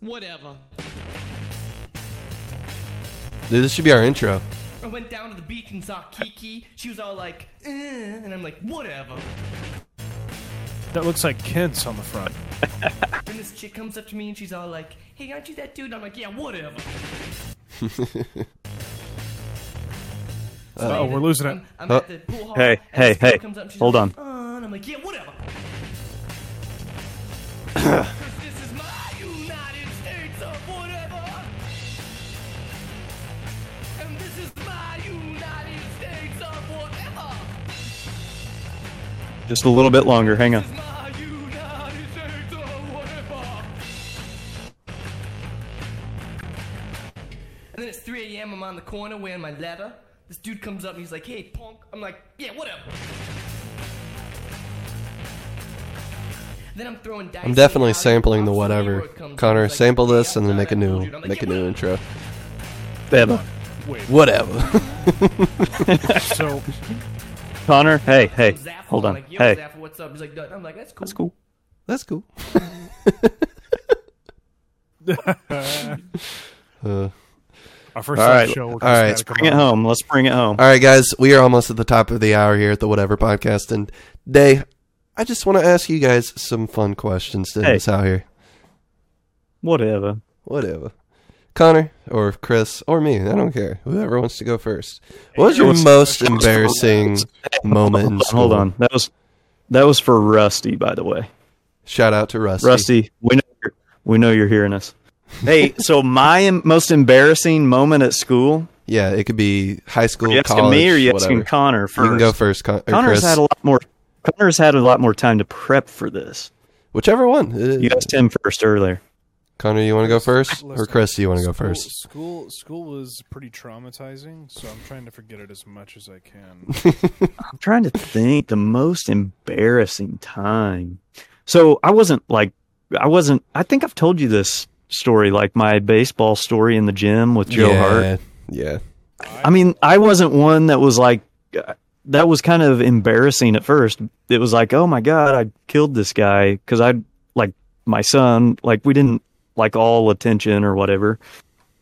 [SPEAKER 8] Whatever.
[SPEAKER 1] this should be our intro.
[SPEAKER 8] I went down to the beach and saw Kiki. She was all like, eh, and I'm like, whatever.
[SPEAKER 3] That looks like Kent's on the front.
[SPEAKER 8] And this chick comes up to me and she's all like, hey, aren't you that dude? I'm like, yeah, whatever.
[SPEAKER 2] Uh,
[SPEAKER 8] So
[SPEAKER 3] Oh, we're losing it.
[SPEAKER 8] I'm, I'm
[SPEAKER 1] Huh.
[SPEAKER 8] at the pool hall,
[SPEAKER 2] Hey,
[SPEAKER 8] and
[SPEAKER 2] hey,
[SPEAKER 8] this girl
[SPEAKER 2] hey,
[SPEAKER 8] comes up and she's
[SPEAKER 2] hold
[SPEAKER 8] like,
[SPEAKER 2] on.
[SPEAKER 8] "Fun." I'm like, yeah, whatever. 'Cause this is my United States of whatever. And this is my United States of whatever.
[SPEAKER 2] Just a little bit longer. Hang on.
[SPEAKER 8] This is my United States of whatever. And then it's 3 a.m. I'm on the corner wearing my leather. This dude comes up and he's like, hey, punk. I'm like, yeah, whatever. Then I'm throwing dice.
[SPEAKER 1] I'm definitely
[SPEAKER 8] out.
[SPEAKER 1] sampling the
[SPEAKER 8] Officer
[SPEAKER 1] whatever.
[SPEAKER 8] Leroy comes up,
[SPEAKER 1] Connor,
[SPEAKER 8] he's like,
[SPEAKER 1] sample
[SPEAKER 8] "Hey,
[SPEAKER 1] this
[SPEAKER 8] I'm
[SPEAKER 1] and then
[SPEAKER 8] sorry,
[SPEAKER 1] make a
[SPEAKER 8] I told
[SPEAKER 1] new
[SPEAKER 8] you." And I'm
[SPEAKER 1] make a
[SPEAKER 8] like,
[SPEAKER 1] new
[SPEAKER 8] "Yeah,
[SPEAKER 1] intro.
[SPEAKER 2] Bama.
[SPEAKER 3] Wait,
[SPEAKER 1] Whatever.
[SPEAKER 3] so
[SPEAKER 2] Connor, hey, hey.
[SPEAKER 8] whatever." Zappa,
[SPEAKER 2] Hold
[SPEAKER 8] I'm
[SPEAKER 2] on.
[SPEAKER 8] Like, Yo,
[SPEAKER 2] Hey.
[SPEAKER 8] Zappa, what's up? He's like, "Duh." I'm like, that's cool.
[SPEAKER 2] That's cool.
[SPEAKER 1] That's cool. Uh,
[SPEAKER 3] our first
[SPEAKER 2] All right,
[SPEAKER 3] show.
[SPEAKER 1] all
[SPEAKER 3] All
[SPEAKER 1] right,
[SPEAKER 3] right,
[SPEAKER 2] Bring it home. Let's bring it home.
[SPEAKER 1] All right, guys, we are almost at the top of the hour here at the Whatever Podcast, and today I just want to ask you guys some fun questions to
[SPEAKER 2] Hey.
[SPEAKER 1] us out here.
[SPEAKER 2] Whatever.
[SPEAKER 1] Whatever. Connor or Chris or me, I don't care. Whoever wants to go first. What was your
[SPEAKER 3] Hey,
[SPEAKER 1] most embarrassing moment in school?
[SPEAKER 2] Hold on. That was that was for Rusty, by the way.
[SPEAKER 1] Shout out to Rusty.
[SPEAKER 2] Rusty, we know you're, we know you're hearing us. Hey, so my em- most embarrassing moment at school.
[SPEAKER 1] Yeah, it could be high school,
[SPEAKER 2] Are you asking
[SPEAKER 1] college,
[SPEAKER 2] me or are you asking
[SPEAKER 1] whatever.
[SPEAKER 2] Connor first?
[SPEAKER 1] You can go first, Con- or
[SPEAKER 2] Connor's
[SPEAKER 1] Chris.
[SPEAKER 2] had a lot more. Connor's had a lot more time to prep for this.
[SPEAKER 1] Whichever one. Uh,
[SPEAKER 2] You asked him first earlier.
[SPEAKER 1] Connor, you want to go first, or Chris, you want to go
[SPEAKER 3] School-
[SPEAKER 1] first?
[SPEAKER 3] School school was pretty traumatizing, so I'm trying to forget it as much as I can.
[SPEAKER 2] I'm trying to think the most embarrassing time. So I wasn't like I wasn't. I think I've told you this story, like my baseball story in the gym with Joe
[SPEAKER 1] yeah,
[SPEAKER 2] Hart.
[SPEAKER 1] Yeah.
[SPEAKER 2] I mean, I wasn't one that was like uh, that was kind of embarrassing at first. It was like, oh my god, I killed this guy because I like my son. Like we didn't like all attention or whatever.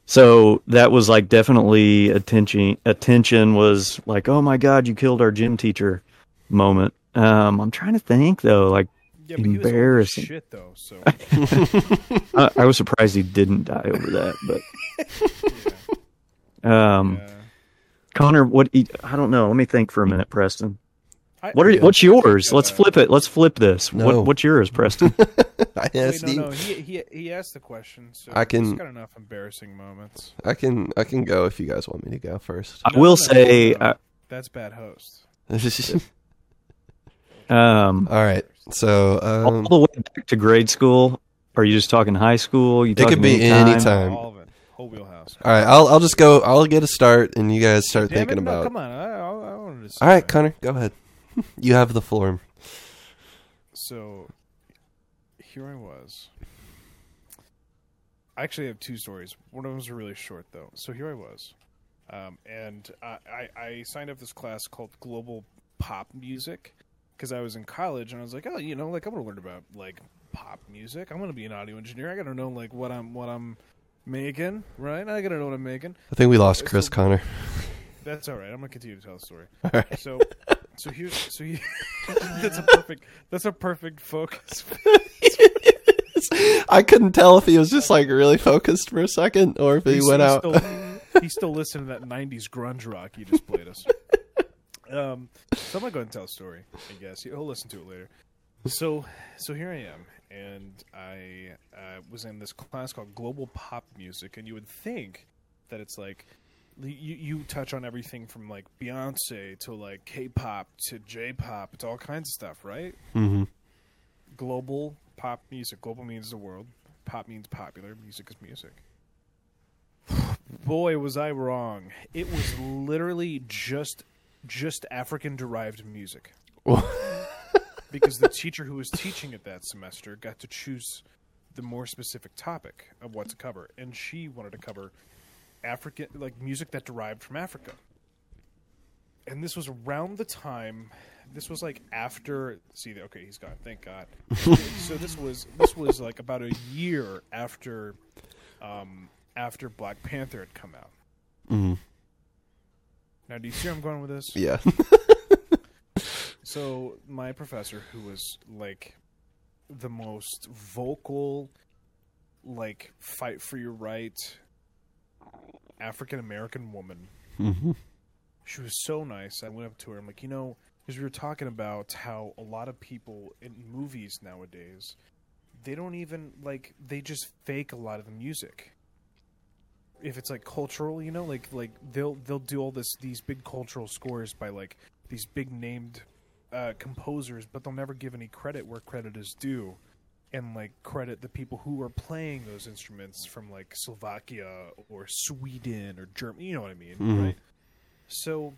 [SPEAKER 2] So that was like definitely attention. Attention was like, oh my god, you killed our gym teacher moment. Um, I'm trying to think though. Like
[SPEAKER 3] Yeah, but he was old as
[SPEAKER 2] Embarrassing.
[SPEAKER 3] shit though. So
[SPEAKER 2] I, I was surprised he didn't die over that, but um,
[SPEAKER 3] yeah.
[SPEAKER 2] Connor, what? I don't know. Let me think for a minute, Preston.
[SPEAKER 3] I-
[SPEAKER 2] What are
[SPEAKER 3] Yeah.
[SPEAKER 2] what's yours?
[SPEAKER 3] Yeah.
[SPEAKER 2] Let's flip it. Let's flip this.
[SPEAKER 1] Uh, No.
[SPEAKER 2] What what's yours, Preston?
[SPEAKER 1] I
[SPEAKER 3] Wait,
[SPEAKER 1] asked
[SPEAKER 3] no,
[SPEAKER 1] you.
[SPEAKER 3] no, he, he he asked the question. So
[SPEAKER 1] I can-
[SPEAKER 3] he's got enough embarrassing moments.
[SPEAKER 1] I can I can go if you guys want me to go first.
[SPEAKER 2] I will say,
[SPEAKER 3] no. That's bad host.
[SPEAKER 2] uh, um,
[SPEAKER 1] All right. So
[SPEAKER 2] all
[SPEAKER 1] um,
[SPEAKER 2] the way back to grade school. Are you just talking high school? You
[SPEAKER 1] it could
[SPEAKER 2] talking
[SPEAKER 1] be
[SPEAKER 2] anytime?
[SPEAKER 1] any time. All
[SPEAKER 3] All of it. Whole wheelhouse.
[SPEAKER 1] right. I'll I'll just go. I'll get a start, and you guys start
[SPEAKER 3] Damn
[SPEAKER 1] thinking
[SPEAKER 3] it, no,
[SPEAKER 1] about.
[SPEAKER 3] come on. I, I, I wanted to. Say
[SPEAKER 1] All right,
[SPEAKER 3] that.
[SPEAKER 1] Connor, go ahead. You have the floor.
[SPEAKER 3] So here I was. I actually have two stories. One of them's really short though. So here I was, um, and I, I, I signed up for this class called Global Pop Music because I was in college and I was like, oh, you know, like I'm gonna learn about like pop music. I'm gonna be an audio engineer. I gotta know like what I'm what I'm making, right? I gotta know what I'm making.
[SPEAKER 1] I think we lost Chris, Connor.
[SPEAKER 3] That's all right. I'm gonna continue to tell the story.
[SPEAKER 1] All right.
[SPEAKER 3] So, so here's so here, that's a perfect that's a perfect focus.
[SPEAKER 1] I couldn't tell if he was just like really focused for a second or if he
[SPEAKER 3] He's-
[SPEAKER 1] went
[SPEAKER 3] he's
[SPEAKER 1] out.
[SPEAKER 3] Still, he's still listening to that '90s grunge rock you just played us. Um, so I'm gonna go ahead and tell a story. I guess he'll listen to it later. So, so here I am, and I uh, was in this class called Global Pop Music, and you would think that it's like you, you touch on everything from like Beyonce to like K-pop to J-pop. It's all kinds of stuff, right?
[SPEAKER 1] hmm
[SPEAKER 3] global pop music. Global means the world. Pop means popular. Music is music. Boy, was I wrong. It was literally just just African derived music. because the teacher who was teaching it that semester got to choose the more specific topic of what to cover, and she wanted to cover African like music that derived from Africa. And this was around the time this was like after see okay, he's gone, thank God. so this was this was like about a year after um after Black Panther had come out.
[SPEAKER 1] Mhm.
[SPEAKER 3] Now do you see where I'm going with this?
[SPEAKER 1] Yeah.
[SPEAKER 3] So my professor, who was like the most vocal, like fight for your right African American woman,
[SPEAKER 1] hmm
[SPEAKER 3] She was so nice. I went up to her. I'm like, you know, because we were talking about how a lot of people in movies nowadays, they don't even like they just fake a lot of the music. If it's like cultural, you know, like like they'll they'll do all this these big cultural scores by like these big named uh, composers, but they'll never give any credit where credit is due, and like credit the people who are playing those instruments from like Slovakia or Sweden or Germany. You know what I mean, right? So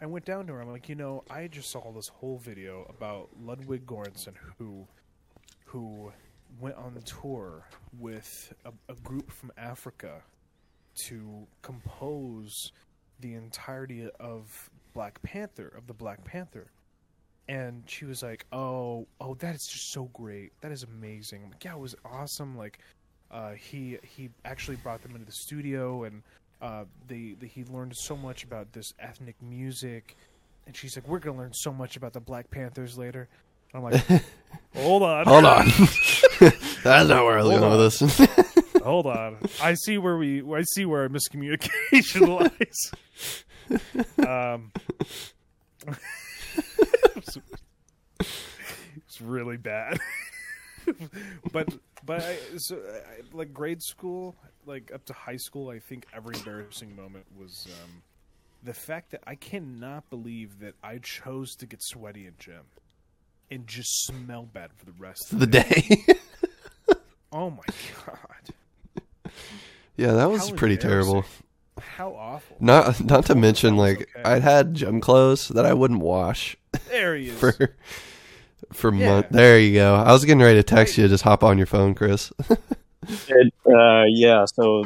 [SPEAKER 3] I went down to her. I'm like, you know, I just saw this whole video about Ludwig Göransson, who who went on tour with a, a group from Africa to compose the entirety of Black Panther of the Black Panther. And she was like, "Oh, oh, that is just so great. That is amazing. I'm like, yeah, it was awesome. Like, uh, he he actually brought them into the studio, and uh, they, they he learned so much about this ethnic music. And she's like, "We're gonna learn so much about the Black Panthers later." And I'm like, "Hold on,
[SPEAKER 1] Hold on. That's not where I was
[SPEAKER 3] Hold
[SPEAKER 1] going with this.
[SPEAKER 3] Hold on. I see where we I see where our miscommunication lies. Um it's- It's really bad. but but I, so I, like grade school, like up to high school, I think every embarrassing moment was um the fact that I cannot believe that I chose to get sweaty in gym and just smell bad for the rest of
[SPEAKER 1] the day.
[SPEAKER 3] Oh my god.
[SPEAKER 1] yeah, that was
[SPEAKER 3] How
[SPEAKER 1] pretty terrible.
[SPEAKER 3] embarrassing. How awful.
[SPEAKER 1] Not not to mention like
[SPEAKER 3] okay.
[SPEAKER 1] I'd had gym clothes that I wouldn't wash
[SPEAKER 3] There he is.
[SPEAKER 1] for for
[SPEAKER 3] Yeah.
[SPEAKER 1] months. There you go. I was getting ready to text you. Just hop on your phone, Chris.
[SPEAKER 9] It, uh, yeah, so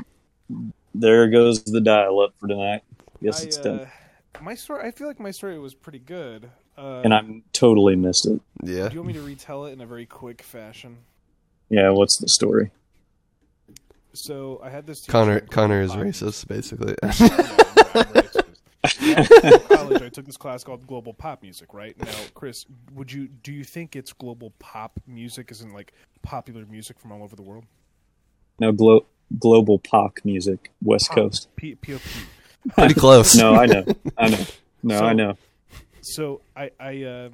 [SPEAKER 9] there goes the dial up for tonight. Yes,
[SPEAKER 3] I,
[SPEAKER 9] it's done.
[SPEAKER 3] uh, my story. I feel like my story was pretty good. Uh,
[SPEAKER 9] and I totally missed it.
[SPEAKER 1] yeah.
[SPEAKER 3] do you want me to retell it in a very quick fashion?
[SPEAKER 9] Yeah, what's the story?
[SPEAKER 3] So I had this teacher
[SPEAKER 1] Connor
[SPEAKER 3] in
[SPEAKER 1] Connor is
[SPEAKER 3] college-
[SPEAKER 1] racist, basically.
[SPEAKER 3] I'm racist. in college, I took this class called Global Pop Music. Right now, Chris, would you do you think it's global pop music? Isn't like popular music from all over the world?
[SPEAKER 9] No, glo- global pop music, West Coast.
[SPEAKER 3] P- POP.
[SPEAKER 1] Pretty close.
[SPEAKER 9] No, I know. I know. No,
[SPEAKER 3] So-
[SPEAKER 9] I know.
[SPEAKER 3] So I, I uh,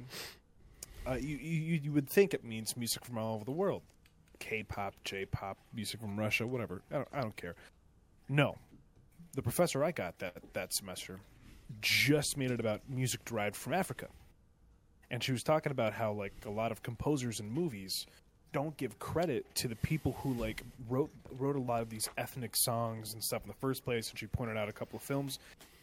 [SPEAKER 3] uh, you, you, you would think it means music from all over the world, K-pop, J-pop, music from Russia, whatever. I don't, I don't care. No, the professor I got that that semester just made it about music derived from Africa, and she was talking about how like a lot of composers in movies don't give credit to the people who like wrote wrote a lot of these ethnic songs and stuff in the first place. And she pointed out a couple of films.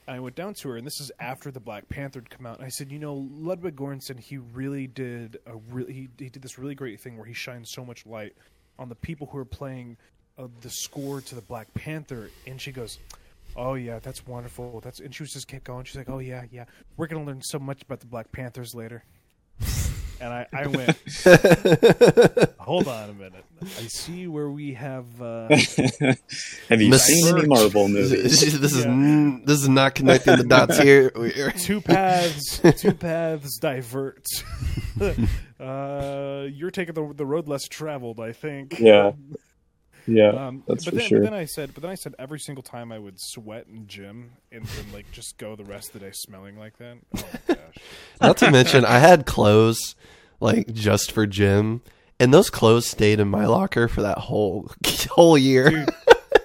[SPEAKER 3] I went down to her, and this is after the Black Panther had come out. And I said, you know, Ludwig Göransson, he really did a really he, he did this really great thing where he shined so much light on the people who are playing uh, the score to the Black Panther. And she goes, oh yeah, that's wonderful. That's and she was just kept going. She's like, oh yeah, yeah, we're gonna learn so much about the Black Panthers later. and I, I went, hold on a minute. I see where we have. Uh,
[SPEAKER 9] Have you
[SPEAKER 1] Miss-
[SPEAKER 9] seen any Marvel movies?
[SPEAKER 1] this is n this is not connecting the dots here. We're-
[SPEAKER 3] two paths two paths divert uh you're taking the, the road less traveled i think
[SPEAKER 9] Yeah. Yeah,
[SPEAKER 3] um
[SPEAKER 9] that's
[SPEAKER 3] but
[SPEAKER 9] for
[SPEAKER 3] then,
[SPEAKER 9] sure.
[SPEAKER 3] but then i said but then i said every single time i would sweat in gym and then like just go the rest of the day smelling like that oh my gosh
[SPEAKER 1] Not to mention, I had clothes like just for gym, and those clothes stayed in my locker for that whole whole year.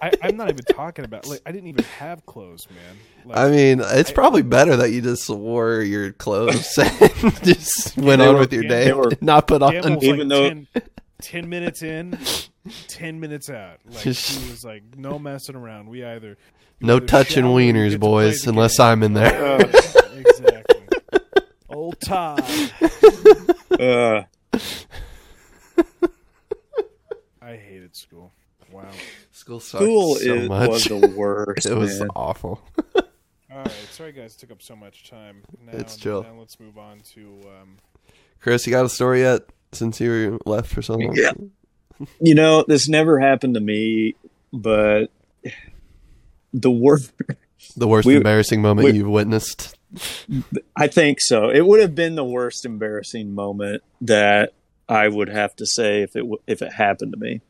[SPEAKER 3] I, i'm not even talking about like i didn't even have clothes man like,
[SPEAKER 1] I mean, it's probably better that you just wore your clothes and just went
[SPEAKER 9] They
[SPEAKER 1] on
[SPEAKER 9] were-
[SPEAKER 1] with your
[SPEAKER 3] they
[SPEAKER 1] day,
[SPEAKER 9] were-
[SPEAKER 1] not put
[SPEAKER 3] Gamble
[SPEAKER 1] on.
[SPEAKER 3] was, like,
[SPEAKER 9] even though-
[SPEAKER 3] 10 10 minutes in 10 minutes out like she was like no messing around we either
[SPEAKER 1] No
[SPEAKER 3] the
[SPEAKER 1] touching
[SPEAKER 3] shower, you get
[SPEAKER 1] wieners,
[SPEAKER 3] to
[SPEAKER 1] boys,
[SPEAKER 3] play the
[SPEAKER 1] unless
[SPEAKER 3] game.
[SPEAKER 1] I'm in there.
[SPEAKER 3] exactly. Old Todd.
[SPEAKER 9] Uh,
[SPEAKER 3] I hated school. Wow.
[SPEAKER 1] School sucks
[SPEAKER 9] school
[SPEAKER 1] so
[SPEAKER 9] is,
[SPEAKER 1] much.
[SPEAKER 9] was the worst.
[SPEAKER 1] it was
[SPEAKER 9] man.
[SPEAKER 1] awful.
[SPEAKER 3] All right. Sorry, guys, took up so much time. Now,
[SPEAKER 1] It's chill.
[SPEAKER 3] Now let's move on to. Um,
[SPEAKER 1] Chris, you got a story yet? Since you were left for so long,
[SPEAKER 9] Yeah. You know, this never happened to me, but the worst.
[SPEAKER 1] the worst
[SPEAKER 9] We-
[SPEAKER 1] embarrassing moment
[SPEAKER 9] we-
[SPEAKER 1] you've witnessed.
[SPEAKER 9] I think so. It would have been the worst embarrassing moment that I would have to say if it w- if it happened to me.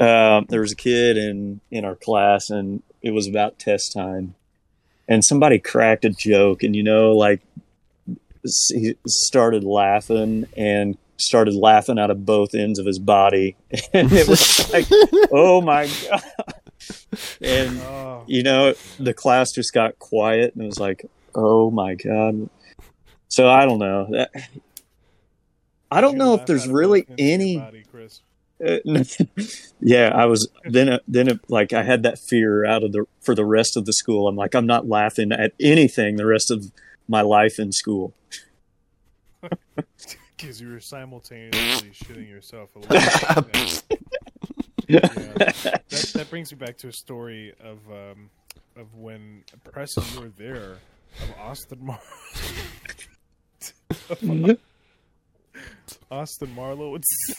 [SPEAKER 9] Um, there was a kid in in our class, and it was about test time, and somebody cracked a joke and you know like s- he started laughing and started laughing out of both ends of his body and it was like oh my god and
[SPEAKER 3] Oh,
[SPEAKER 9] you know the class just got quiet and it was like oh my god so i don't know That- i don't
[SPEAKER 3] you
[SPEAKER 9] know if
[SPEAKER 3] laugh
[SPEAKER 9] there's
[SPEAKER 3] out of
[SPEAKER 9] really
[SPEAKER 3] both ends of your
[SPEAKER 9] any
[SPEAKER 3] body, Chris.
[SPEAKER 9] uh, yeah, I was then uh, then uh, like I had that fear out of the for the rest of the school. I'm like I'm not laughing at anything the rest of my life in school.
[SPEAKER 3] Because you were simultaneously shitting yourself a little bit. That, that brings me back to a story of um, of when Preston, you were there, of Austin Mar. Austin Marlowe would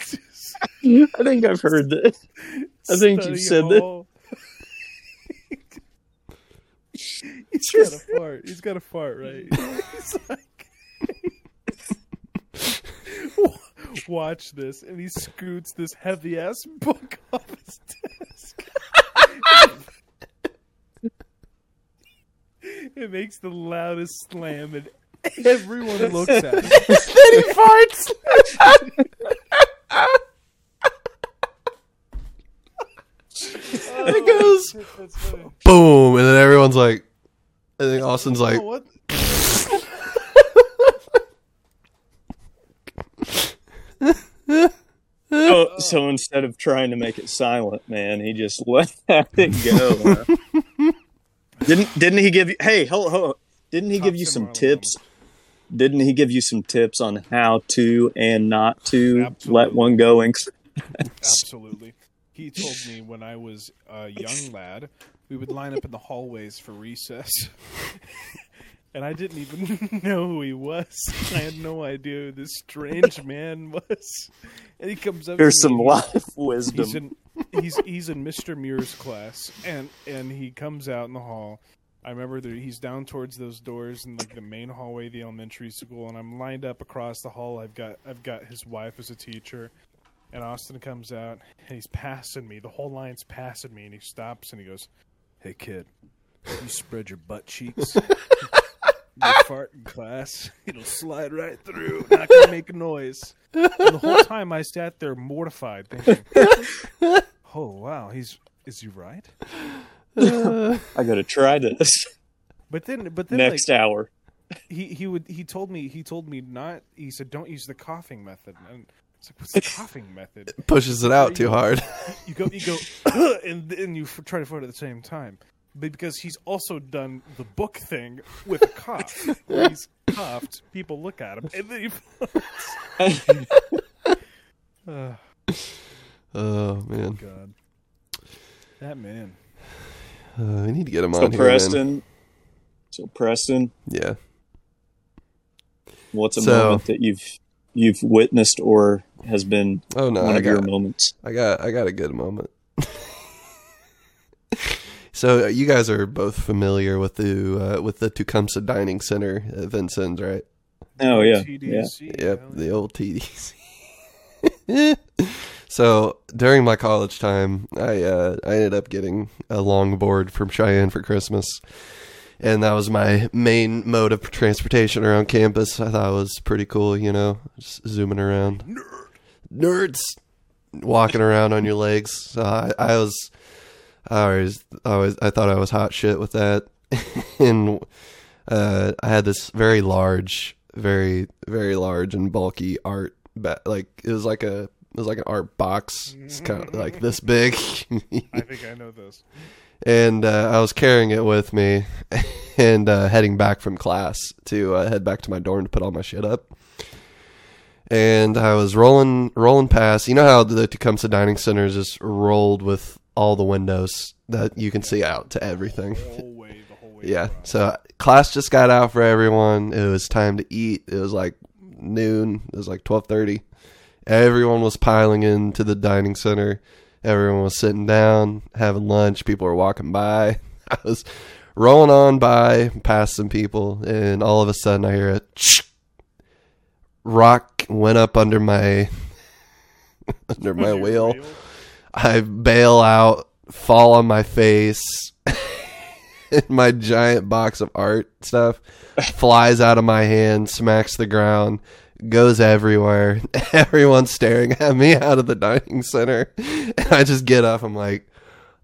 [SPEAKER 9] I think I've heard this. I think
[SPEAKER 3] study
[SPEAKER 9] you've said this.
[SPEAKER 3] hall. He's got a fart. He's got a fart, right? He's like, watch this, and he scoots this heavy ass book off his desk. it makes the loudest slam, and everyone looks at it.
[SPEAKER 1] It goes
[SPEAKER 3] That's funny.
[SPEAKER 1] boom, and then everyone's like, I think Austin's like,
[SPEAKER 3] Oh, what?
[SPEAKER 9] So, so instead of trying to make it silent, man, he just let it go. didn't didn't he give you? Hey, hold, hold, on. didn't he give you
[SPEAKER 3] Thompson
[SPEAKER 9] some
[SPEAKER 3] Marlowe.
[SPEAKER 9] tips? Didn't he give you some tips on how to and not to let
[SPEAKER 3] Absolutely.
[SPEAKER 9] one go? And
[SPEAKER 3] Absolutely. He told me when I was a young lad, we would line up in the hallways for recess. and I didn't even know who he was. I had no idea who this strange man was. And he comes up
[SPEAKER 9] here's
[SPEAKER 3] to me
[SPEAKER 9] some
[SPEAKER 3] and he's-
[SPEAKER 9] life wisdom.
[SPEAKER 3] He's in he's he's in Mr. Muir's class, and and he comes out in the hall. I remember that he's down towards those doors in like the main hallway of the elementary school, and I'm lined up across the hall. I've got I've got his wife as a teacher, and Austin comes out and he's passing me. The whole line's passing me, and he stops and he goes, "Hey kid, you spread your butt cheeks." You fart in class, it'll slide right through, not gonna make a noise. And the whole time I sat there mortified, thinking, "Oh wow, he's is he right?"
[SPEAKER 9] I gotta try this
[SPEAKER 3] But then, but then,
[SPEAKER 9] next
[SPEAKER 3] like,
[SPEAKER 9] hour.
[SPEAKER 3] he he would he told me he told me not. He said, "Don't use the coughing method." And it's like, what's the coughing method?
[SPEAKER 1] pushes it out too hard.
[SPEAKER 3] You go, you go, and and you f- try to fart at the same time. But because he's also done the book thing with a cough, Where he's coughed. People look at him, and then he farts.
[SPEAKER 1] Oh man,
[SPEAKER 3] God, that man.
[SPEAKER 1] uh, we need to get him
[SPEAKER 9] So
[SPEAKER 1] on here, man.
[SPEAKER 9] Preston, so Preston,
[SPEAKER 1] Yeah,
[SPEAKER 9] what's a
[SPEAKER 1] So-
[SPEAKER 9] moment that you've you've witnessed or has been
[SPEAKER 1] Oh, no,
[SPEAKER 9] one
[SPEAKER 1] I
[SPEAKER 9] of your
[SPEAKER 1] got-
[SPEAKER 9] moments?
[SPEAKER 1] I got I got a good moment. so uh, you guys are both familiar with the uh, with the Tecumseh Dining Center at Vincent's, right?
[SPEAKER 9] Oh yeah, yeah.
[SPEAKER 3] TDC,
[SPEAKER 1] Yep,
[SPEAKER 3] hell
[SPEAKER 1] the old TDC. so during my college time, I uh, I ended up getting a longboard from Cheyenne for Christmas, and that was my main mode of transportation around campus. I thought it was pretty cool, you know, just zooming around. Nerds walking around on your legs. So I, I was, I always, always, I thought I was hot shit with that, and uh, I had this very large, very very large and bulky art, ba- like it was like a it was like an art box. It's kind of like this big,
[SPEAKER 3] I think I know this.
[SPEAKER 1] and uh, I was carrying it with me and uh, heading back from class to uh, head back to my dorm to put all my shit up. And I was rolling rolling past. You know how the Tecumseh Dining Center is just rolled with all the windows that you can see out to everything.
[SPEAKER 3] whole way, the whole way.
[SPEAKER 1] Yeah. So uh, class just got out for everyone. It was time to eat. It was like noon. It was like twelve thirty. Everyone was piling into the dining center. Everyone was sitting down, having lunch. People were walking by. I was rolling on by past some people, and all of a sudden I hear a rock went up under my under my wheel. I bail out, fall on my face, my giant box of art stuff flies out of my hand, smacks the ground, goes everywhere. Everyone's staring at me out of the dining center. And I just get up. I'm like,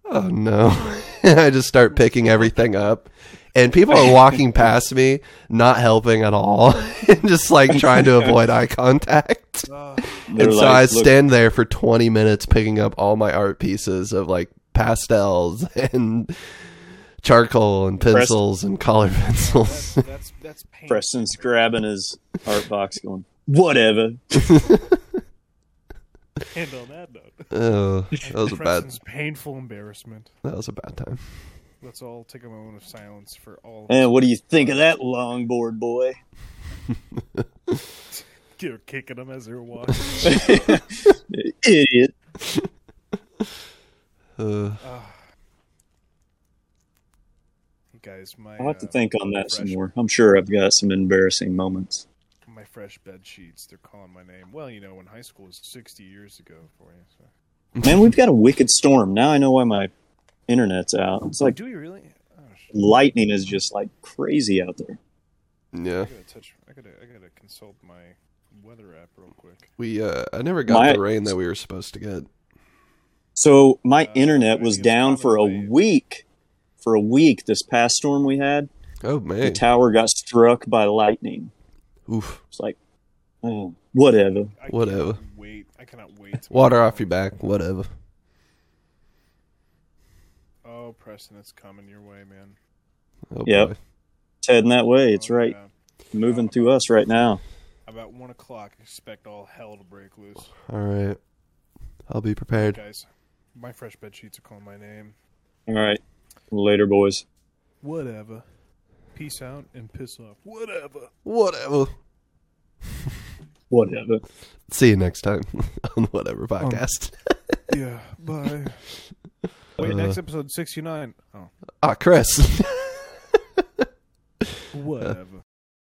[SPEAKER 1] oh no. And I just start picking everything up. And people are walking past me, not helping at all, and just like trying to avoid eye contact.
[SPEAKER 9] They're
[SPEAKER 1] and so
[SPEAKER 9] like,
[SPEAKER 1] I
[SPEAKER 9] "Look,
[SPEAKER 1] stand there for 20 minutes picking up all my art pieces of like pastels and charcoal and
[SPEAKER 9] Press-
[SPEAKER 1] pencils and color pencils.
[SPEAKER 3] That's that's pain.
[SPEAKER 9] Preston's grabbing his art box, going, "Whatever."
[SPEAKER 3] And on that note,
[SPEAKER 1] oh, that was a bad
[SPEAKER 3] Preston's painful embarrassment.
[SPEAKER 1] that was a bad time.
[SPEAKER 3] Let's all take a moment of silence for all. of us.
[SPEAKER 9] And what do you think of that longboard boy?
[SPEAKER 3] You're kicking them as they're walking.
[SPEAKER 9] Idiot.
[SPEAKER 1] Uh,
[SPEAKER 3] You guys, my
[SPEAKER 9] I'll have to
[SPEAKER 3] uh,
[SPEAKER 9] think on that some
[SPEAKER 3] fresh-
[SPEAKER 9] more. I'm sure I've got some embarrassing moments.
[SPEAKER 3] My fresh bed sheets. They're calling my name. Well, you know, in high school was 60 years ago for you. So.
[SPEAKER 9] Man, we've got a wicked storm. Now I know why my internet's out. It's like
[SPEAKER 3] do you really? Oh shit!
[SPEAKER 9] lightning is just like crazy out there.
[SPEAKER 1] yeah,
[SPEAKER 3] I gotta touch. I gotta. I gotta consult my weather app real quick.
[SPEAKER 1] we uh, I never got
[SPEAKER 9] My-
[SPEAKER 1] the rain that we were supposed to get.
[SPEAKER 9] So my
[SPEAKER 3] Uh,
[SPEAKER 9] internet
[SPEAKER 3] I
[SPEAKER 9] was
[SPEAKER 3] use
[SPEAKER 9] down for a
[SPEAKER 3] Commonplace.
[SPEAKER 9] week. For a week, this past storm we had,
[SPEAKER 1] Oh
[SPEAKER 9] the
[SPEAKER 1] man,
[SPEAKER 9] tower got struck by lightning.
[SPEAKER 1] oof,
[SPEAKER 9] It's like, oh, whatever.
[SPEAKER 3] I
[SPEAKER 1] Whatever.
[SPEAKER 3] cannot Wait. I cannot wait. to-
[SPEAKER 1] water off your back, whatever.
[SPEAKER 3] Oh, Preston, it's coming your way, man.
[SPEAKER 1] Oh,
[SPEAKER 9] Yep.
[SPEAKER 1] boy.
[SPEAKER 9] It's heading that way. It's
[SPEAKER 3] Oh,
[SPEAKER 9] right,
[SPEAKER 3] yeah.
[SPEAKER 9] moving through us right now.
[SPEAKER 3] About one o'clock. Expect all hell to break loose,
[SPEAKER 1] All right, I'll be prepared.
[SPEAKER 3] guys. My fresh bed sheets are calling my name.
[SPEAKER 9] All right, later, boys.
[SPEAKER 3] Whatever. Peace out and piss off. Whatever.
[SPEAKER 1] Whatever.
[SPEAKER 9] Whatever.
[SPEAKER 1] See you next time on the
[SPEAKER 9] Um,
[SPEAKER 1] Whatever podcast.
[SPEAKER 3] Yeah. Bye. Wait. next episode sixty nine. Oh.
[SPEAKER 1] Ah, Chris.
[SPEAKER 3] Whatever.